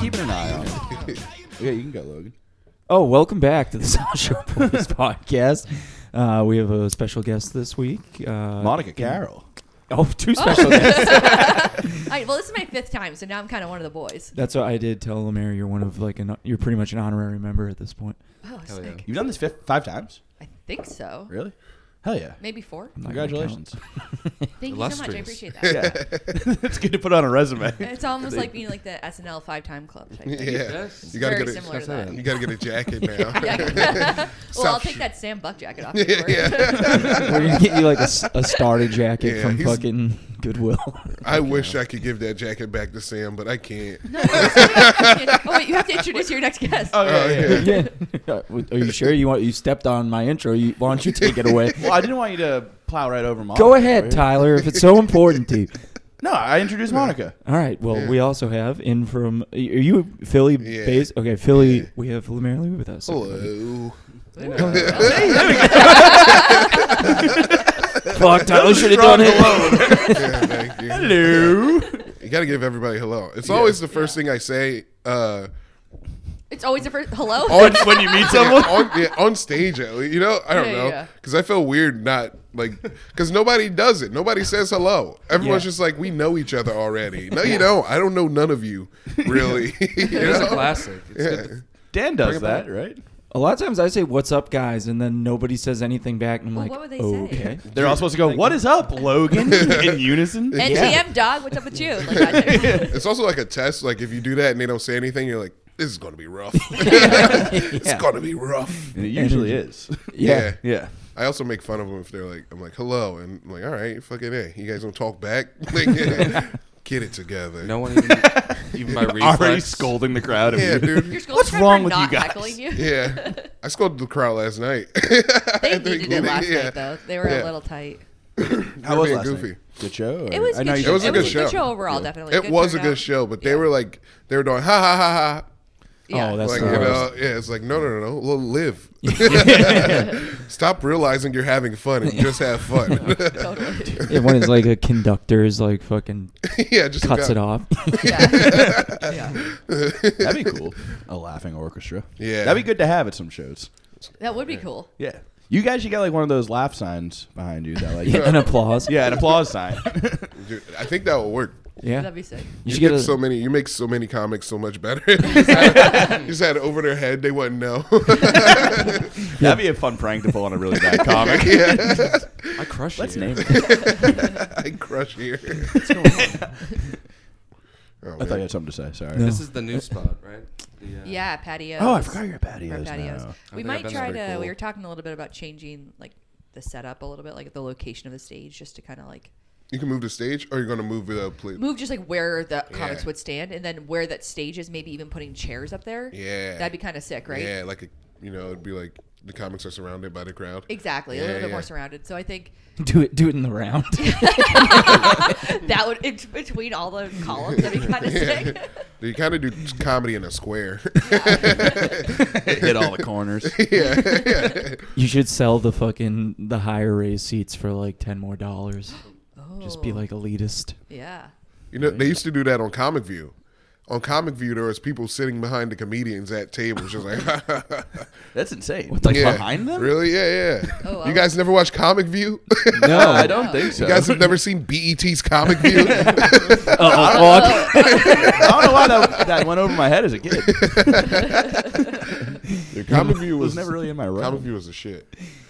keeping an eye on it. yeah, you can go, Logan. Oh, welcome back to the South Shore Boys podcast. Uh, we have a special guest this week. Uh, Monica Carroll. Oh, two special guests. All right, well, this is my fifth time, so now I'm kind of one of the boys. That's what I did tell Lemare. You're one of like an you're pretty much an honorary member at this point. Oh, Hell yeah. sick. You've done this fif- five times? I think so. Really? Hell yeah. Maybe four. I'm not gonna Congratulations. Thank you so much. I Illustrious. appreciate that. yeah. it's good to put on a resume. It's almost like being like the SNL five time club. Type thing. Yeah. Yes. You gotta Very get a, similar to that. You gotta get a jacket now. Yeah, I can- well, I'll Stop take sh- that Sam Buck jacket off. yeah, before. yeah. We're gonna get you like a, s- a starter jacket Yeah, from he's- fucking Goodwill. I wish I could give that jacket back to Sam, but I can't. oh wait, you have to introduce your next guest. Oh, yeah, Oh, yeah. yeah. yeah. yeah. Are you sure you want? You stepped on my intro. You, why don't you take it away? Well, I didn't want you to plow right over Monica. Go ahead, right? Tyler, if it's so important to you. No, I introduced Monica. All right. Well, we also have in from. Are you Philly Yeah. based? Okay, Philly. We have Lemare Lee with us. Hello. Fuck, Tyler should have done it. Yeah, thank you. Hello. You gotta give everybody hello. It's always the first thing I say. Uh, It's always the first. Hello. when, when you meet someone? on, yeah, on stage, at least, you know, I don't Yeah, yeah. know, because I feel weird not like, because nobody does it. Nobody says hello. Everyone's Yeah. just like, we know each other already. No, you don't. I don't know none of you, really. You It is a know? classic. It's good to- Dan does that, right? A lot of times I say, "What's up, guys," and then nobody says anything back, and I'm Well, like, what would they say? "Okay." They're all supposed to go, What is up, Logan? in unison. NTM dog, what's up with you? Like, I think- It's also like a test. Like if you do that and they don't say anything, you're like, this is gonna be rough. It's Yeah. gonna be rough. And it usually is. yeah. Yeah. I also make fun of them if they're like, I'm like, hello, and I'm like, all right, fucking a. You guys don't talk back. Like, get it together. No one even, even by reflex. Already scolding the crowd. Yeah, Your dude. school What's tried for wrong with not you guys? heckling you? Yeah, I scolded the crowd last night. They needed it last Yeah. night though. They were a Yeah. little tight. How You're was being last goofy. night? Good show? or- It was. I Good know you show. It was a it good was a show. good show overall. Definitely. It Good was a good turnout. show, but they Yeah. were like, they were doing ha ha ha ha Yeah. Oh, ha. that's Like the you know, worst. yeah. It's like no, no, no, no. Well, live. Stop realizing you're having fun and just have fun. totally. Yeah, When it's like a conductor is like fucking yeah, just cuts got- it off. Yeah. yeah. That'd be cool. A laughing orchestra. Yeah. That'd be good to have at some shows. That would be cool. Yeah. You guys should get like one of those laugh signs behind you that like An applause. Yeah, an applause sign. Dude, I think that will work. Yeah. That'd be sick. You You should get get a. so many. You make so many comics so much better. you just had, you just had it over their head. They wouldn't know. That'd be a fun prank to pull on a really bad comic. I crush Let's you. name it. I crush here. Oh, I thought man. you had something to say. Sorry. No. This is the new spot, right? The, uh, Yeah, patio. Oh, I forgot your Our patios. patios. Now. We think might that's try pretty to. cool. We were talking a little bit about changing like the setup a little bit, like the location of the stage, just to kind of like You can move the stage, or you're gonna move it up, please. move just like where the comics Yeah. would stand, and then where that stage is. Maybe even putting chairs up there. Yeah. that'd be kind of sick, right? Yeah, like a, you know, it'd be like the comics are surrounded by the crowd. Exactly, a Yeah, little bit yeah. more surrounded. So I think Do it. Do it in the round. that would it's between all the columns. That'd be kind of sick. You kind of do comedy in a square. Hit all the corners. you should sell the fucking the higher raised seats for like ten more dollars. Just be Oh, like elitist. yeah. you know, they used to do that on Comic View. On Comic View, there was people sitting behind the comedians at tables, just like That's insane. What, like, yeah. behind them? Really? Yeah, yeah. Oh, wow. You guys never watched Comic View? you No, I don't No. think so. guys have never seen BET's Comic View? Oh, fuck. I don't know why that, that went over my head as a kid. Yeah, Comic View It was, was never really in my Comic realm. View was a shit.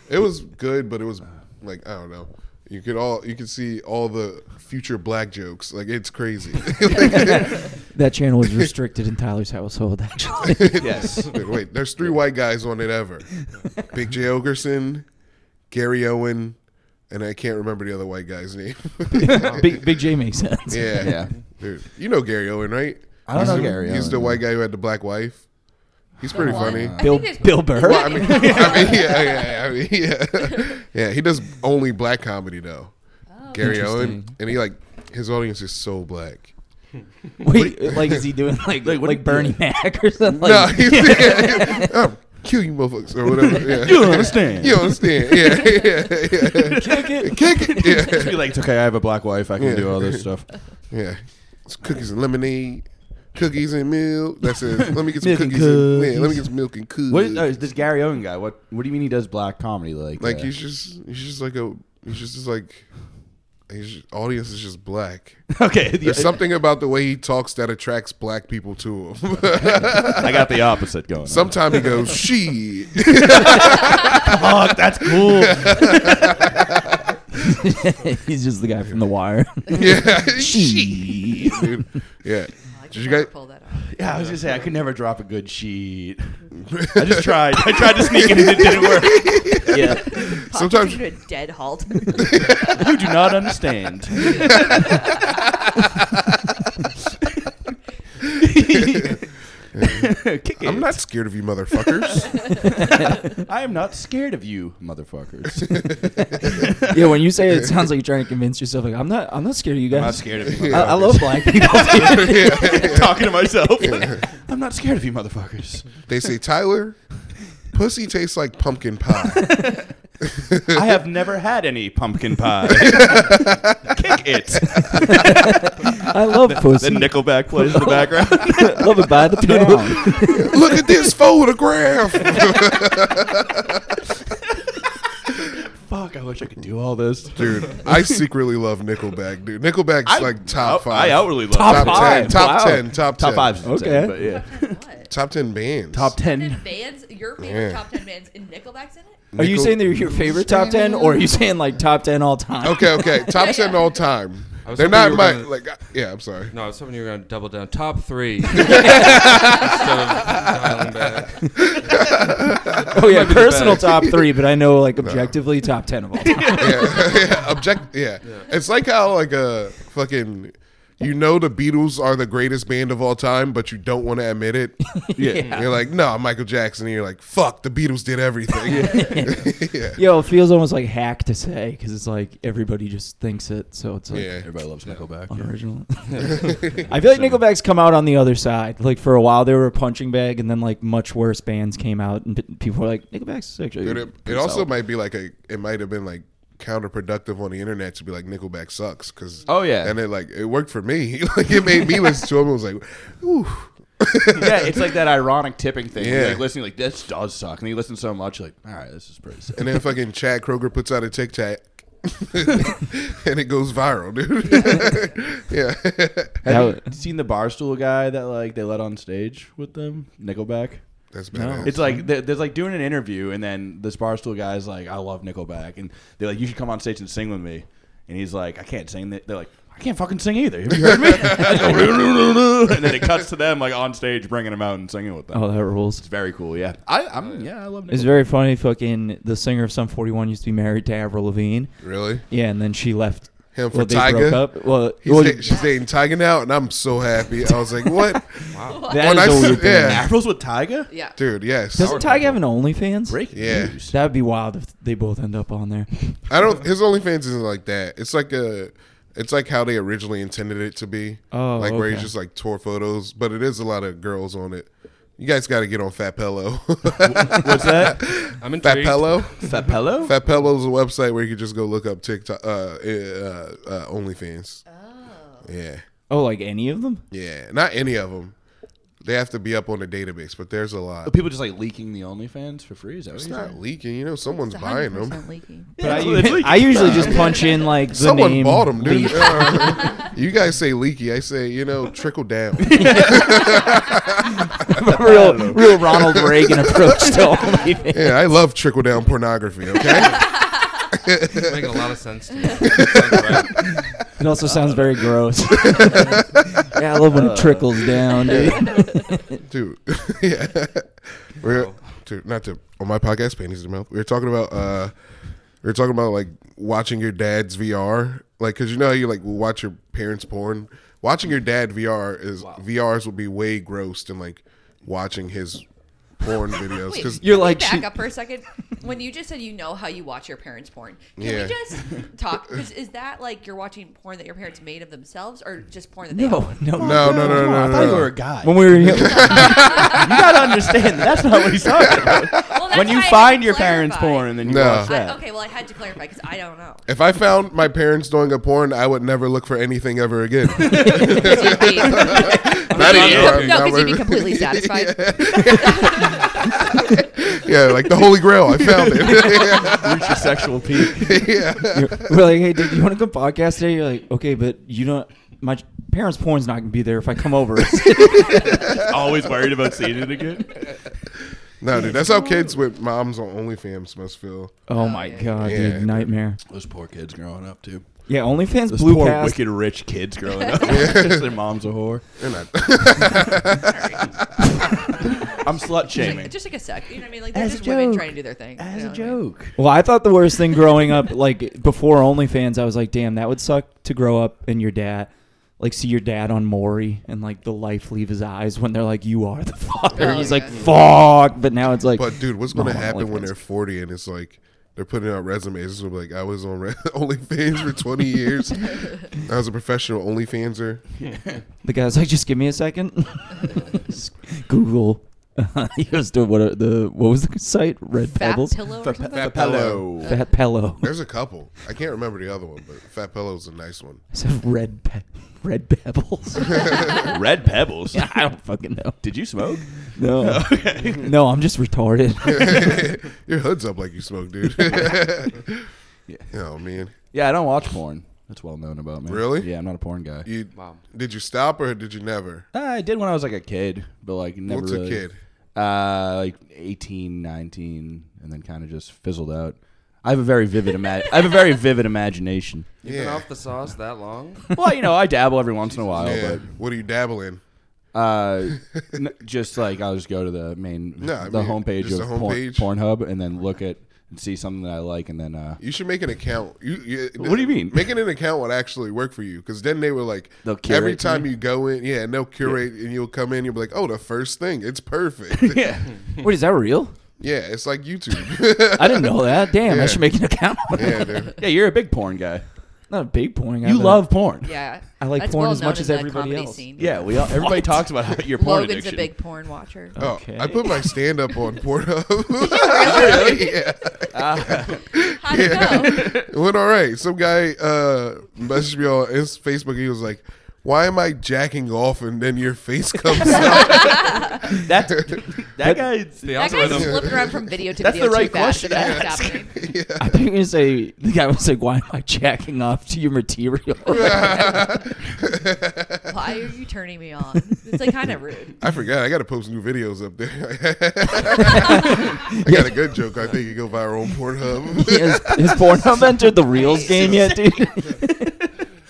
It was good, but it was like I don't know. You could all you could see all the future black jokes. Like it's crazy. that channel is restricted in Tyler's household. Actually, Yes. Wait, wait, there's three white guys on it ever. Big J. Ogerson, Gary Owen, and I can't remember the other white guy's name. Big Big J makes sense. Oh. yeah. Yeah. Dude, you know Gary Owen, right? I don't he's know the, Gary He's Owen, the no. white guy who had the black wife. He's pretty One. funny. I think Bill- there's- Bill Burr? Well, I mean- I mean, yeah, yeah, I mean, yeah. yeah, he does only black comedy though. Gary Owen, Interesting. and he like his audience is so black. Wait, like is he doing like like, Bernie Mac or something? no, Like, he's, yeah, yeah. Oh, kill you motherfuckers or whatever. Yeah. You don't understand. You understand? Yeah, yeah, yeah. Kick it. Kick it. Yeah, Just be like, it's okay. I have a black wife. I can Yeah. do all this stuff. yeah. It's cookies and lemonade. cookies and milk. That says, let me get some Milk and cookies. And, cookies. yeah, let me get some milk and cookies. What is, uh, this Gary Owen guy? What What do you mean he does black comedy? Like, like uh, he's just he's just like a he's just like his audience is just black. okay. yeah. There's something about the way he talks that attracts black people to him. I got the opposite going. on. Sometimes he goes, "She." Oh, Fuck, that's cool. He's just the guy from The Wire. yeah, she. Dude, yeah. I could Did you never guys? pull that off. Yeah, I was gonna say I could never drop a good sheet. I just tried. I tried to sneak it and it didn't work. yeah. Podcast Sometimes- to a dead halt. You do not understand. Kick I'm it. not scared of you, motherfuckers. I am not scared of you, motherfuckers. Yeah, when you say it, it sounds like you're trying to convince yourself like I'm not I'm not scared of you guys. I'm not scared of you. I, I motherfuckers. love black people. talking to myself. I'm not scared of you, motherfuckers. they say, Tyler, pussy tastes like pumpkin pie. I have never had any pumpkin pie. Kick it. I love pussy. Then Nickelback plays in the background. love it by the pound. Look at this photograph. Fuck, I wish I could do all this. dude, I secretly love Nickelback, dude. Nickelback's like top I five. outwardly love Top it. top five. ten. Top Wow. ten. Top ten. Top five. Okay. but yeah. what? Top ten bands. Top Then ten. bands, your favorite Yeah. top ten bands, and Nickelback's in it. Are you Nickel- saying they're your favorite top ten, or are you saying like top ten all time? Okay, okay. Top ten all time. I was They're hoping not you were my gonna- like. I- Yeah, I'm sorry. No, I was hoping you were going to double down. Top three. Instead of dialing back. Oh yeah, Might be the personal best. top three, but I know like objectively top ten of all time. yeah, yeah. Object. Yeah. it's like how like a fucking. You know the Beatles are the greatest band of all time, but you don't want to admit it. Yeah. You're like, no, Michael Jackson. And you're like, fuck, the Beatles did everything. yeah. Yo, it feels almost like hack to say because it's like everybody just thinks it, so it's like Yeah. Everybody loves Nickelback. yeah. unoriginal. I feel like Nickelback's come out on the other side. Like for a while, they were a punching bag, and then like much worse bands came out, and p- people were like, "Nickelback's actually." Dude, it, it pretty also solid." might be like a. It might have been like counterproductive on the internet to be like Nickelback sucks because. Oh, yeah. And it like it worked for me. like it made me listen to him. I was like, ooh. yeah, it's like that ironic tipping thing. Yeah. You're like listening, like this does suck, and you listen so much, you're like, all right, this is pretty sick. And then fucking Chad Kroger puts out a Tic Tac. and it goes viral, dude. yeah, Have That you seen the barstool guy that like they let on stage with them? Nickelback. that's bad. It's like they're, they're like doing an interview, and then this barstool guy's like, "I love Nickelback," and they're like, "You should come on stage and sing with me." And he's like, "I can't sing." They're like, "I can't fucking sing either." Have you heard me? and then it cuts to them like on stage, bringing him out and singing with them. Oh, that rules. It's very cool. Yeah, I, I'm. Yeah, I love. Nickelback. It's very funny. Fucking the singer of Sum 41 used to be married to Avril Lavigne. really Yeah, and then she left. him for well, they Tiger. broke up. Well, He's well, da- she's dating Tiger now, and I'm so happy. I was like, "What, that is when I a s- weird thing. yeah. April's with Tyga. Yeah. dude?" Yes, Doesn't Tiger have an OnlyFans? Break Yeah. news. That would be wild if they both end up on there. I don't. His OnlyFans isn't like that. It's like a. It's like how they originally intended it to be. Oh, like where he's okay. just like tour photos, but it is a lot of girls on it. You guys got to get on Fat Pello. What's that? I'm Fat intrigued. Pello. Fapello. Fat Pello's a website where you can just go look up TikTok, uh, uh, uh, OnlyFans. Oh. Yeah, Oh, like any of them? yeah. Not any of them. They have to be up on the database, but there's a lot. Are Oh, people just like leaking the OnlyFans for free? Is that what It's you're saying? not leaking. You know, someone's It's buying them. 100% leaking. But I, Yeah, it's u- like- uh, I usually just punch in like the Someone name. bought them, dude. Lee. Uh, you guys say leaky. I say, you know, trickle down. real, real Ronald Reagan approach to OnlyFans. yeah, I love trickle down pornography, okay? It's making a lot of sense to me. It's like, right. It also sounds very gross. Uh, yeah, I love when it trickles down, dude. dude, yeah. We're, dude, not to, on my podcast, Panties in the Mouth, we were talking about, uh, we were talking about like watching your dad's VR. Like, cause you know, how you like watch your parents' porn. Watching your dad VR is, VRs would be way gross than like watching his porn videos. Wait, Cause You're can we like, back she- up for a second. When you just said you know how you watch your parents' porn, can Yeah. we just talk? Because is that like you're watching porn that your parents made of themselves, or just porn that they No, own? no. no, no, no, Come on, I thought no, no. you were no. a guy. When we were here, You gotta understand that that's not what he's talking about. Well, that's That's when you why I had find to your parents' clarify. porn, then you No. watch I- that. okay, well, I had to clarify because I don't know. If I found my parents doing a porn, I would never look for anything ever again. You'd be- Not you'd be even- com- no, not because you'd be really. completely satisfied. yeah, like the Holy Grail. I found it. Reach your sexual peak. You're- we're like, hey, dude, you want to come podcast today? You're like, okay, but you don't. My parents' porn's not gonna be there if I come over. Always worried about seeing it again. no, dude, that's how kids with moms on OnlyFans must feel. oh my god, Yeah, dude, dude. nightmare. Those poor kids growing up too. Yeah, OnlyFans Those blew poor past. wicked rich kids growing up. Their mom's a whore. They're not. I'm slut Just shaming. like, just like a sec. You know what I mean? Like, they're As a just women joke. trying to do their thing. you know what I mean? Well, I thought the worst thing growing up, like before OnlyFans, I was like, damn, that would suck to grow up and your dad, like, see your dad on Maury and like the life leave his eyes when they're like, you are the father. Oh, He's yeah. like, fuck. But now it's like, But dude, what's gonna Mom, happen when OnlyFans. they're forty and it's like they're putting out resumes? It's gonna be like I was on re- OnlyFans for twenty years. I was a professional OnlyFanser. the guy's like, just give me a second. Just Google. he goes to what are the what was the site? Red Fat Pebbles. pillow or something? Fat Hello. Fat Pello. There's a couple. I can't remember the other one, but Fat Pillow's a nice one. I said red pe- red pebbles. Red pebbles. I don't fucking know. Did you smoke? No, no, I'm just retarded. Your hood's up like you smoke, dude. Oh man, Yeah, I don't watch porn. That's well known about me. Really? Yeah, I'm not a porn guy. you Wow. did you stop or did you never? Uh, I did when I was like a kid, but like never What's really. a kid? Uh, like 18, 19, and then kind of just fizzled out. I have a very vivid ima- I have a very vivid imagination. You've been Yeah. off Oh, the sauce that long? Well, you know, I dabble every once in a while, Yeah. What are you dabbling? but uh, n- just like I'll just go to the main No, I the mean, homepage just of the homepage. Porn, Pornhub, and then look at and see something that I like, and then uh, You should make an account. You, you, What do you mean? Making an account would actually work for you because then they were like, They'll curate every for time you? you go in, yeah, and they'll curate and you'll come in, you'll be like, oh, the first thing, it's perfect. yeah. Wait, is that real? it's like YouTube. I didn't know that. Damn, Yeah. I should make an account. yeah, dude. yeah, you're a big porn guy. Not a big porn. I You bet. love porn. Yeah. I like That's porn well as known much in as the everybody comedy else. Scene. Yeah, we all, everybody talks about how your porn Logan's addiction. a big porn watcher. Oh, Okay. I put my stand up on Pornhub. yeah. How do you know? It went all right. Some guy uh, messaged me on his Facebook. He was like, why am I jacking off and then your face comes out? That that guy. The That guy's algorithm. flipping around from video to That's video the right too fast. question for to that to stop happening. I think you're gonna say the guy was like, "Why am I jacking off to your material?" Why are you turning me on? It's like kind of rude. I forgot. I got to post new videos up there. I got a good joke. I think it go viral on Pornhub. has, has Pornhub entered the reels game yet, dude?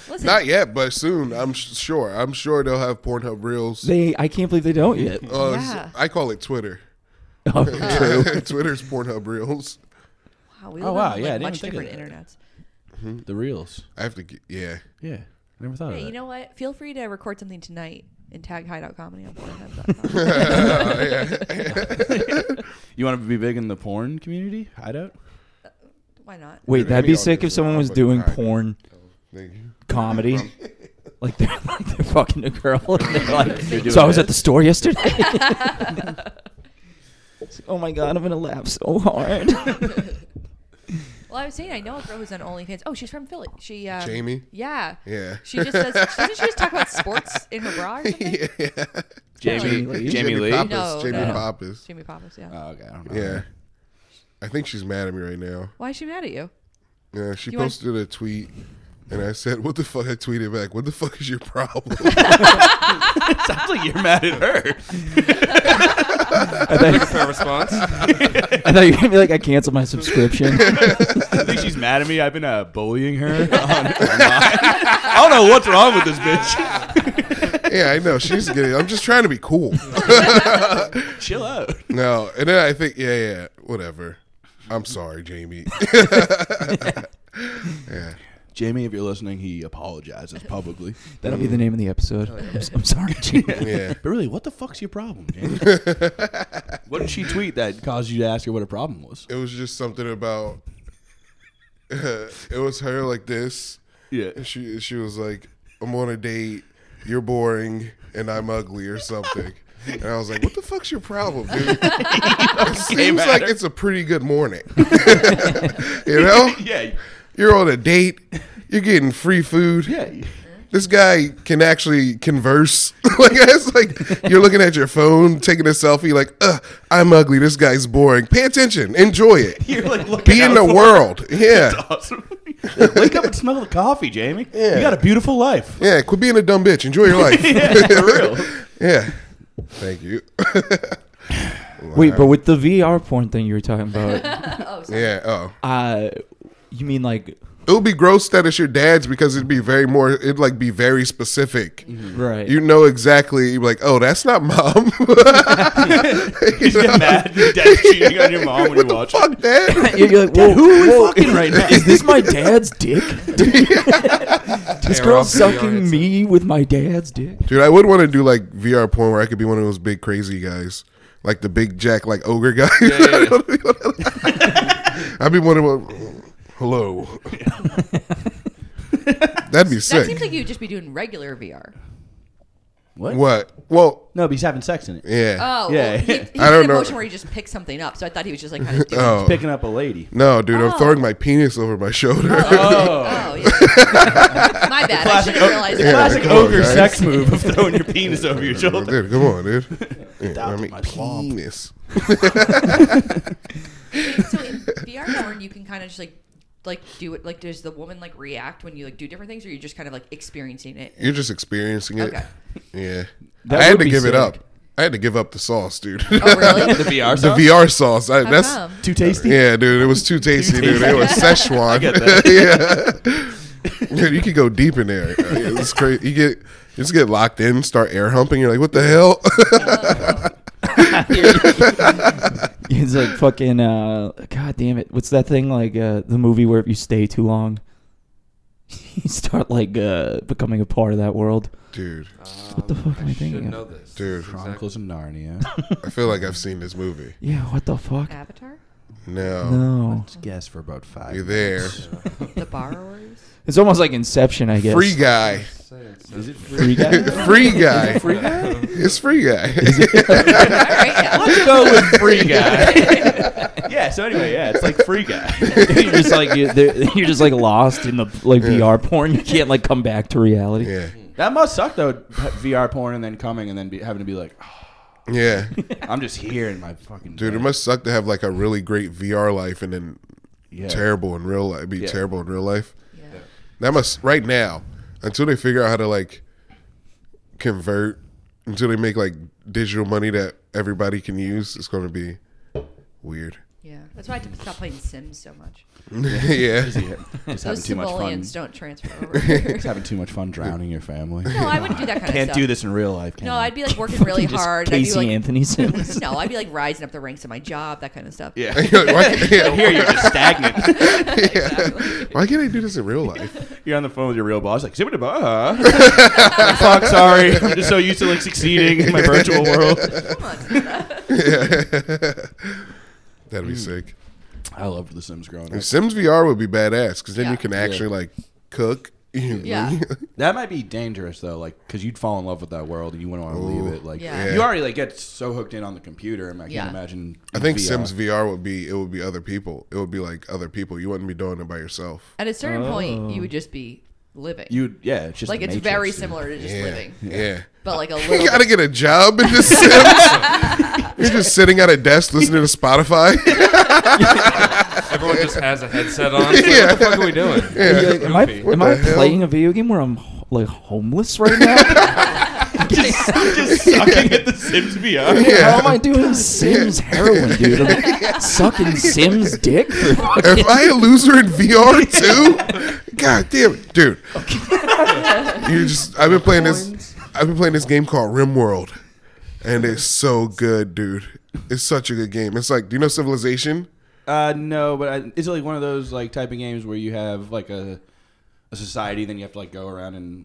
Listen, Not yet, but soon. I'm sh- sure. I'm sure they'll have Pornhub Reels. they, I can't believe they don't yet. Uh, Yeah. I call it Twitter. Oh, true. Twitter's Pornhub Reels. wow, we Oh, live wow, on yeah, I like, didn't much think of different that. internets. The reels. I have to get, yeah. Yeah, I never thought Hey, of you that. know what? Feel free to record something tonight and tag Hideout Comedy on Pornhub.com. You want to be big in the porn community? Hideout? Why not? Wait, that'd Maybe be I'll sick do if it. someone was But doing I- porn Thank you. comedy. Like they're, like they're fucking a girl. And they're like, You're doing so I was it. at the store yesterday. It's like, oh my god, I'm gonna laugh so hard. Well, I was saying I know a girl who's on OnlyFans. Oh, she's from Philly. She um, Jamie? Yeah. Yeah. She just says. Doesn't she just talk about sports in her bra? Or something? Jamie, Jamie Jamie, Lee. Pappas. No, Jamie no. Pappas. Jamie Pappas. Yeah. Oh, okay, I don't know. Yeah. I think she's mad at me right now. Why is she mad at you? Yeah, she You want- posted a tweet, and I said, "What the fuck?" I tweeted back, "What the fuck is your problem?" Sounds like you're mad at her. I thought, Fair response. I thought you were gonna be like, I canceled my subscription. I think she's mad at me. I've been uh, bullying her. on- online. I don't know what's wrong with this bitch. yeah, I know. She's getting. I'm just trying to be cool. Chill out. No, and then I think, yeah, yeah, whatever. I'm sorry, Jamie. yeah. Jamie, if you're listening, he apologizes publicly. That'll be the name of the episode. I'm, s- I'm sorry, Jamie. Yeah. But really, what the fuck's your problem, Jamie? what did she tweet that caused you to ask her what her problem was? It was just something about. it was her like this. Yeah. And she she was like, "I'm on a date. You're boring, and I'm ugly, or something." And I was like, what the fuck's your problem, dude? it seems like it's a pretty good morning. you know? Yeah. You're on a date. You're getting free food. Yeah. This guy can actually converse. like it's like you're looking at your phone, taking a selfie. Like, Ugh, I'm ugly. This guy's boring. Pay attention. Enjoy it. You're like looking Be in out the for- world. Yeah, Awesome. Wake up and smell the coffee, Jamie. Yeah. You got a beautiful life. yeah. Quit being a dumb bitch. Enjoy your life. Yeah, for real. yeah. Thank you. Wait, but with the VR porn thing you were talking about, oh, sorry. Yeah. Oh. uh, you mean like it would be gross that it's your dad's because it'd be very more it'd like be very specific Mm-hmm. right? you know exactly you'd be like oh that's not mom You just get mad. Your dad's cheating on your mom when you watch it. fuck that You're, you're like, whoa, who are we whoa, fucking right now? Is this my dad's dick? this girl's Tear off the sucking yards. me with my dad's dick. dude i would want to do like vr porn where i could be one of those big crazy guys like the big jack like ogre guy i'd be one of them hello that'd be That sick seems like you'd just be doing regular VR. what well No, but he's having sex in it. yeah Oh, Yeah. well, he, he I did don't a know. motion where he just picked something up, so I thought he was just like kind of doing. oh Picking up a lady. no dude i'm Oh. throwing my penis over my shoulder Oh, yeah. My bad. I should have realized Yeah, that. Classic come on, ogre guys. sex move of throwing your penis over your shoulder. Dude, come on, dude. Yeah, I mean, my club. penis. So in VR porn, you can kind of just like like do it. Like, does the woman like react when you like do different things, or you're just kind of like experiencing it? You're just experiencing it. Okay. Yeah. That I had would to be give it sick. up. I had to give up the sauce, dude. Oh, really? The VR the Um, sauce? VR sauce. I, How that's come? Too tasty. yeah, dude. It was too tasty, dude. It was Szechuan. get yeah. Dude, you could go deep in there. Yeah, It's crazy. You get you just get locked in, start air humping. You're like, what the hell? It's like fucking. Uh, God damn it! What's that thing like uh, the movie where if you stay too long, you start like uh, becoming a part of that world? dude, What the fuck am I Should thinking? know of? this. Dude. Exactly. Chronicles of Narnia. I feel like I've seen this movie. Yeah, what the fuck? Avatar, No. No, Oh. Let's guess for about five. You're there. the borrowers. it's almost like Inception, I guess. Free guy. Say it, say it. Free guy? free guy. It's free guy. All right, yeah. Let's go with free guy. yeah. So anyway, yeah, it's like free guy. you're just like you're, they're- you're just like lost in the like VR porn. You can't like come back to reality. yeah. That must suck though. p- VR porn and then coming and then be, having to be like, "Oh, Yeah. I'm just here in my fucking. Dude, it bed." must suck to have like a really great VR life and then Yeah. terrible in real life. Be Yeah. terrible in real life. Yeah. That must right now until they figure out how to like convert until they make like digital money that everybody can use. It's going to be weird. Yeah. That's why I had to stop playing Sims so much. yeah, Yeah. Just having Those too much fun. civilians don't transfer over. Just having too much fun drowning your family. no, I wouldn't do that kind Can't of stuff. do this in real life. Can No, you? I'd be like working really Just hard. I'd be, Casey like, Anthony Sims. No, I'd be like rising up the ranks of my job, that kind of stuff. Yeah. Why can't- yeah. Here you're just stagnant. Why can't I do this in real life? You're on the phone with your real boss, like, "Zip it up, uh." like, fuck, sorry. I'm just so used to like succeeding in my virtual world. Come on. That'd Hmm. be sick. I loved The Sims growing up. Sims VR would be badass because then Yeah. you can actually like cook. Yeah. That might be dangerous though, like because you'd fall in love with that world and you wouldn't want to leave it. Like Yeah. Yeah. you already like get so hooked in on the computer. and I can't Yeah. imagine. I think VR. Sims VR would be it would be other people. It would be like other people. You wouldn't be doing it by yourself. At a certain point, Oh. you would just be living. You'd yeah, it's just like the it's Matrix, very dude. similar to just Yeah. living, Yeah. but like a You little. gotta get a job in the Sims. You're just sitting at a desk listening to Spotify. Everyone just has a headset on. It's like, Yeah. What the fuck are we doing? You're like, am I, Goofy. am What I the hell? playing a video game where I'm ho- like homeless right now? just sucking at the Sims VR. Yeah. How am I doing Sims heroin, dude? I'm sucking Sims dick for fucking Am I a loser in VR too? God damn it, dude. You just I've been playing this I've been playing this game called RimWorld. And it's so good, dude. It's such a good game. It's like do you know Civilization? Uh, no, but I, is it like one of those like type of games where you have like a a society, then you have to like go around and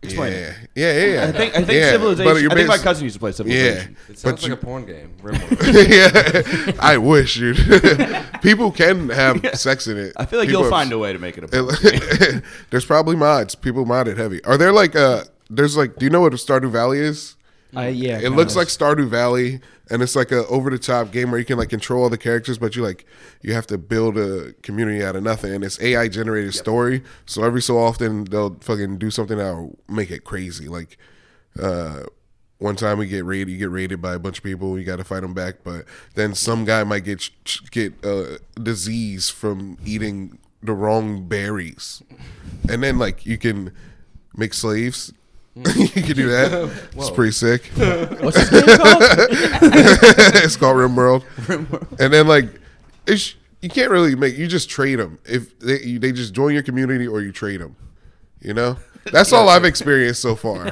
explain? Yeah. It? Yeah, yeah, yeah. I think I think Yeah, but Civilization. you're I think my bas- cousin used to play Yeah. Civilization. It But sounds you, like a porn game. Rimworld. yeah, I wish, dude. People can have sex in it. I feel like you'll People have- find a way to make it a It- there's probably mods. People mod it heavy. Are there like uh there's like do you know what Stardew Valley is? I, yeah, It looks like Stardew Valley, and it's like a over the top game where you can like control all the characters, but you like you have to build a community out of nothing, and it's AI generated story. So every so often they'll fucking do something that'll make it crazy. Like uh, one time we get raided, you get raided by a bunch of people, you got to fight them back, but then some guy might get sh- sh- get a disease from eating the wrong berries, and then like you can make slaves. you can do that. It's pretty sick. What's this game called? it's called RimWorld. And then like, it's you can't really make. You just trade them if they you, they just join your community or you trade them. You know, that's all I've experienced so far.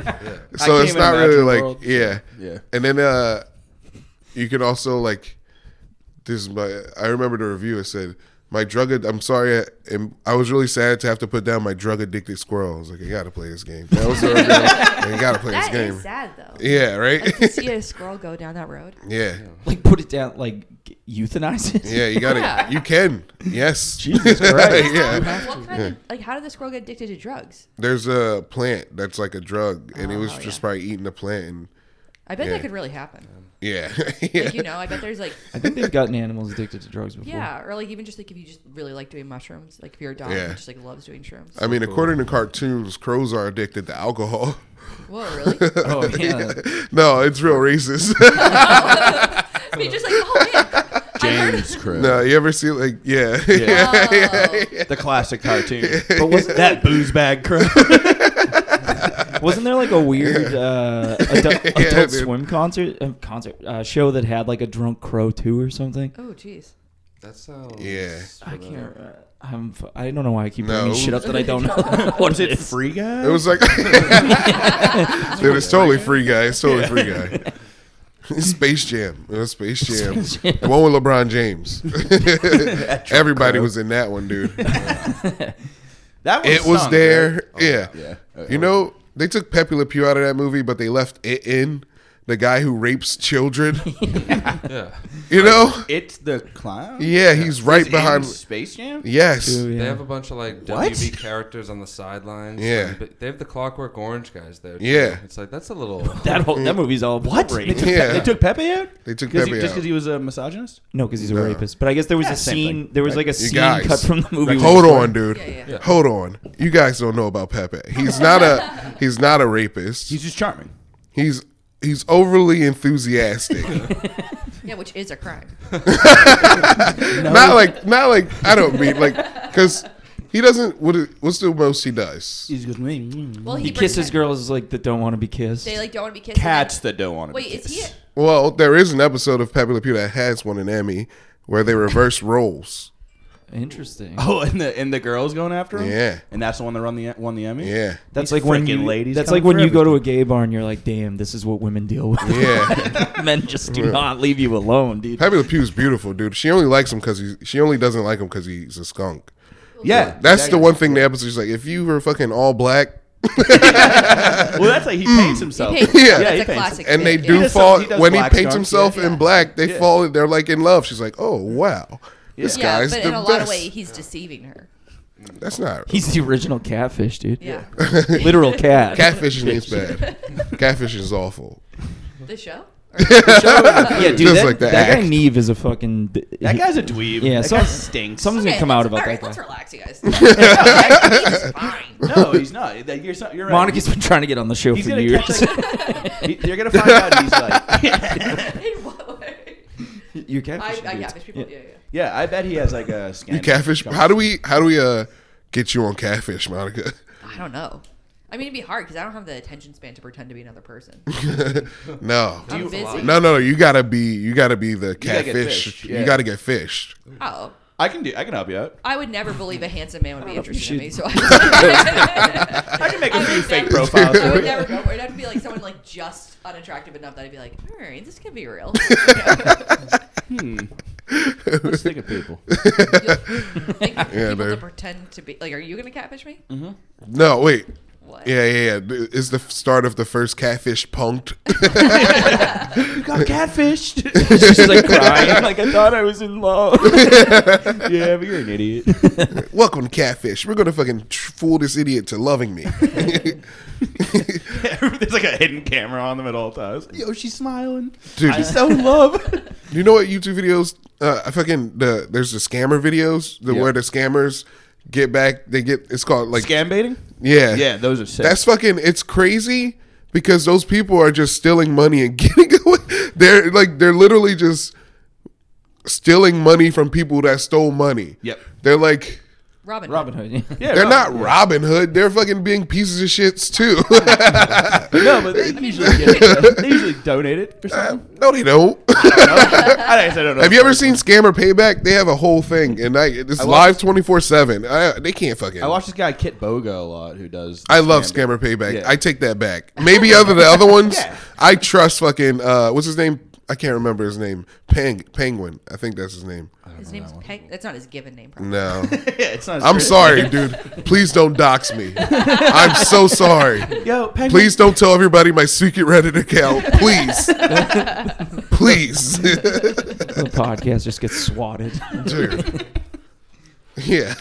So I it's can't not even really imagine like World. yeah. Yeah. And then uh, you can also like this is my I remember the review it said my drug ad- I'm sorry I, am- I was really sad to have to put down my drug addicted squirrel. I was like I gotta play this game. That was the review. I gotta play this That game. is sad though. Yeah, I can right. see a squirrel go down that road. yeah, like put it down, like g- euthanize it. yeah. You gotta. Yeah. You can. Yes. Jesus Christ. yeah. What kind of like? How did the squirrel get addicted to drugs? There's a plant that's like a drug, and he was Oh, just yeah. probably eating the plant. And I bet Yeah. that could really happen. yeah, yeah. Like, you know, I bet there's like, I think they've gotten animals addicted to drugs before. yeah, or like even just like if you just really like doing mushrooms, like if you're a dog Yeah. who just like loves doing shrooms. I mean, according to cartoons, crows are addicted to alcohol. Whoa, really? Oh yeah. no, it's real racist. I mean, just like oh man, James Crow. no, you ever see like yeah, oh, The classic cartoon. But wasn't that booze bag crow. Wasn't there like a weird uh, adult, Yeah, adult dude. swim concert uh, concert uh, show that had like a drunk crow too or something? oh jeez. That sounds. Yeah. I can't. Uh, I'm. f- I don't know why I keep No. bringing shit up that I don't know. what Was it is. Free Guy? It was like dude, it's totally free guy. It's totally free guy. Space Jam. It was Space Jam. The one with LeBron James. Everybody was in that one, dude. That one It was stunk, there. right? yeah. Yeah. You know, they took Pepe Le Pew out of that movie, but they left it in the guy who rapes children. Yeah. You know? It's the clown. Yeah, he's right He's in behind. Space Jam. Yes. Ooh, yeah. They have a bunch of like What? WB characters on the sidelines. Yeah. Like, but they have the Clockwork Orange guys there. too. Yeah. It's like that's a little. that whole that movie's all What? rape. They took, Pe- Yeah. they took Pepe out. They took 'Cause he- Pepe just out. because he was a misogynist. No, because he's a No. rapist. But I guess there was Yeah, a same scene. thing. There was like a You scene guys. cut from the movie. Hold on, dude. Yeah, yeah. Yeah. Hold on. You guys don't know about Pepe. He's not a he's not a rapist. He's just charming. He's he's overly enthusiastic. Yeah, which is a crime. Not like not like I don't mean like cuz he doesn't what is- what's the most he does? He's just me. Well, he, He brings- kisses girls like that don't want to be kissed. They like don't want to be kissed. and Cats then- that don't want to. Wait, is he? Well, there is an episode of Pepe Le Pew that has one in Emmy where they reverse roles. Interesting. Oh, and the and the girls going after him. Yeah. And that's the one that run the won the Emmy. Yeah. That's These like when frickin' you, ladies That's come like when for you go to a gay bar and you're like, "Damn, this is what women deal with." Yeah. Men just do not leave you alone, dude. Pepe Le Pew's beautiful, dude. She only likes him because he's. She only doesn't like him because he's a skunk. Yeah. That's the one thing the episode's like. If you were fucking all black, Well, that's like he Mm. paints Oh. himself. Hey, Yeah. that's he a paints classic. and they bit, do yeah. does some- fall he does when he black paints skunks, himself yeah. in black, they fall. They're like in love. She's like, oh wow, this Yeah, guy's but the in a best. lot of ways, he's deceiving her. That's not He's the original catfish, dude. Yeah, Literal cat. catfishing is bad. catfishing is awful. the show. yeah, dude. Just that, like the that guy act. Neve is a fucking. d- That he- guy's a dweeb. Yeah, that some- guy stinks. something's gonna come out about that alright, guy. Let's relax, you guys. He's fine. no, he's not. That- You're, so- you're right. Monica's been trying to get on the show He's for gonna years. catch, He- you're gonna find out he's like. In what way? you I, catfish. I catfish people. Yeah, yeah. yeah, I bet he has like a. You catfish. How do we? How do we? Uh, get you on catfish, Monica. I don't know. I mean, it'd be hard because I don't have the attention span to pretend to be another person. no. I'm you- busy. No, no, no. You gotta be. You gotta be the gotta get catfish. fished, You yeah. gotta get fished. Oh, I can do. I can help you out. I would never believe a handsome man would be interested in me. should- So I, I can make I a few would fake never- profiles. I for would you. never go for it. It'd have to be like someone like just unattractive enough that I'd be like, all right, this could be real. Let's think of people. Like, people to babe. Mm-hmm. pretend to be like, are you gonna catfish me? No, wait. What? it. Yeah, yeah, yeah. It's the start of the first catfish punked. You got catfished. She's like crying, like I thought I was in love. yeah, but you're an idiot. Welcome, catfish. We're gonna fucking tr- fool this idiot to loving me. There's like a hidden camera on them at all times. Yo, she's smiling. Dude. she's so in love. You know what YouTube videos? Uh, I fucking the there's the scammer videos, the where the scammers get back. They get it's called like Scam baiting. yeah, Yeah, those are sick. That's fucking. It's crazy because those people are just stealing money and getting away. They're like they're literally just stealing money from people that stole money. Yep. They're like Robin. Hood. Robin Hood. yeah, they're no, not Robin Hood. They're fucking being pieces of shits too. No, but they usually get it. They usually donate it or something. no, they don't. I guess I don't know. Have you ever seen Scammer Payback? They have a whole thing, and I, it's live twenty four seven. They can't fucking. I watch this guy Kit Bogo a lot, who does. I love Scammer Payback. I take that back. Maybe other than other ones, I trust fucking uh, what's his name? I can't remember his name. Peng Penguin. I think that's his name. His name's Peg. That's not his given name. Probably. No. yeah, it's not. I'm sorry, dude. Please don't dox me. I'm so sorry. Yo, Penguin. Please don't tell everybody my secret Reddit account. Please. Please. the podcast just gets swatted. dude. Yeah.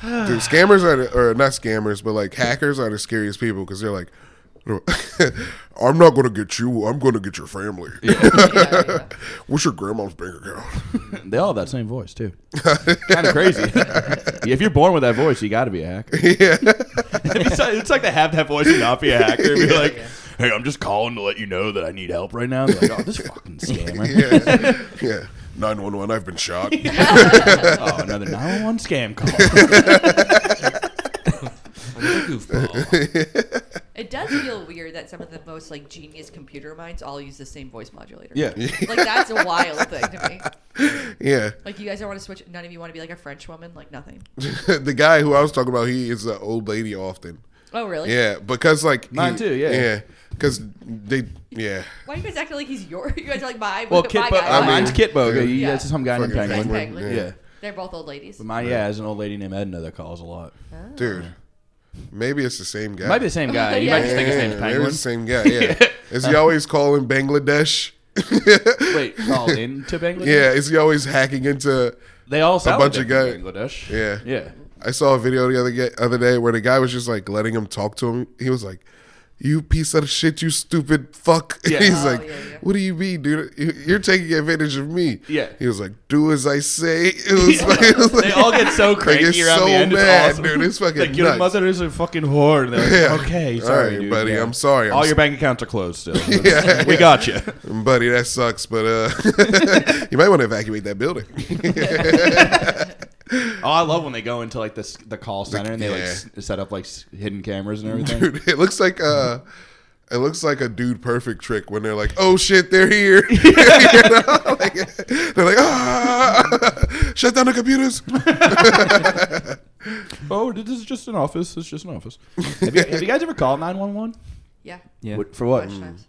Dude, scammers are, the, or not scammers, but like hackers are the scariest people because they're like, I'm not going to get you. I'm going to get your family. Yeah, yeah. What's your grandma's bank account? They all have that same voice too. kind of crazy. if you're born with that voice, you got to be a hacker. it's, like, it's like to have that voice and not be a hacker. Be like, hey, I'm just calling to let you know that I need help right now. They're like, oh, this fucking scammer. Yeah. yeah. 911, I've been shot. Oh, another 911 scam call. goofball. It does feel weird that some of the most like genius computer minds all use the same voice modulator. yeah. Like that's a wild thing to me. Yeah. Like you guys don't want to switch. None of you want to be like a French woman. Like nothing. the guy who I was talking about, he is an old lady often. Oh really? Yeah. Because, like, Mine he- too, yeah. Yeah. Because they, yeah. Why you guys acting like he's your? You guys are like my. Well, look at Kit my Bo- guy. uh, Why? mine's Kit Bogo. You Yeah. guys some guy named Fucking Penguin. Penguin. Penguin, Yeah. yeah. They're both old ladies. But mine, yeah, is an old lady named Edna that calls a lot. Dude. Maybe it's the same guy. Might be the same guy. You might just think his Yeah, name's they're Penguin. the same guy. Yeah. Is he always calling Bangladesh? Wait, called into Bangladesh? Yeah. Is he always hacking into? They all sound bunch like of they're guy- from Bangladesh. Yeah. Yeah. I saw a video the other ga- other day where the guy was just like letting him talk to him. He was like, "You piece of shit, you stupid fuck." Yeah. He's Oh, like, yeah, yeah. "What do you mean, dude? You- You're taking advantage of me." Yeah. He was like, "Do as I say." It was, like, it was They like- all get so cranky it's around so the end. mad, it's awesome. dude. It's fucking like your nuts. mother is a fucking whore. And they're like, Yeah. okay, All sorry, right, dude. buddy, Yeah. I'm sorry. I'm All your bank accounts are closed still. we got you. buddy, that sucks, but uh, you might want to evacuate that building. Oh, I love when they go into like this the call center and they like yeah. s- set up like s- hidden cameras and everything. Dude, it looks like uh it looks like a dude perfect trick when they're like, "Oh shit, they're here!" You know? Like, they're like, "Ah, shut down the computers." Oh, this is just an office. It's just an office. have, you, have you guys ever called nine one one? Yeah. Yeah, For what? Bunch of times.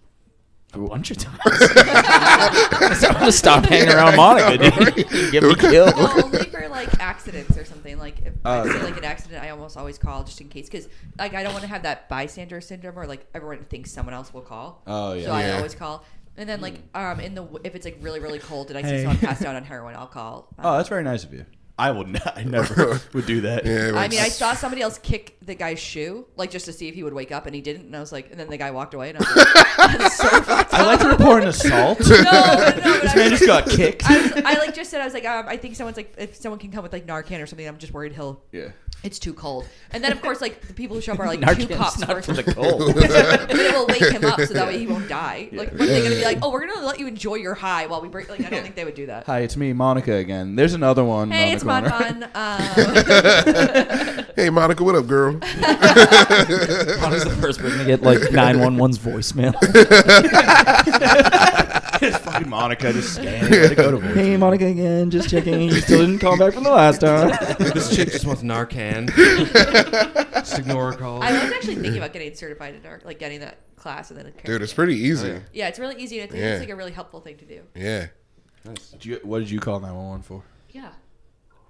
a bunch of times. So I'm gonna stop hanging around Monica. Dude. You Get me killed. Well, only for like accidents or something. Like if Uh, I see like an accident, I almost always call just in case because like I don't want to have that bystander syndrome or like everyone thinks someone else will call. Oh, yeah. So I Yeah. always call. And then like um in the w- if it's like really really cold and I see someone passed out on heroin, I'll call. Oh, that's very nice of you. I would not. I never would do that. Yeah, I like, mean, I saw somebody else kick the guy's shoe, like just to see if he would wake up, and he didn't. And I was like, and then the guy walked away, and I was like, that's so fucked I'd up. like to report an assault. no, no, no, no. but this I man was just got kicked. I, was, I like just said I was like um, I think someone's like if someone can come with like Narcan or something I'm just worried he'll Yeah. it's too cold and then of course like the people who show up are like two Narcan's cops not first for the cold. but it will wake him up so that way he won't die like what are they gonna be like oh we're gonna let you enjoy your high while we break like I don't think they would do that Hi, it's me, Monica again. There's another one. hey on it's the corner. Mon Mon uh, um, hey Monica, what up, girl? Monica's the first person to get like 911's voicemail. It's fucking Monica just scanning. Let it go to voice. Hey, Monica again. Just checking. You still didn't call back from the last time. this chick just wants Narcan. just ignore her calls. I was actually thinking about getting certified in art like getting that class and then a Dude, it's pretty easy. Oh, yeah it's really easy and I think Yeah. it's like a really helpful thing to do Yeah. Did you, what did you call 911 for? yeah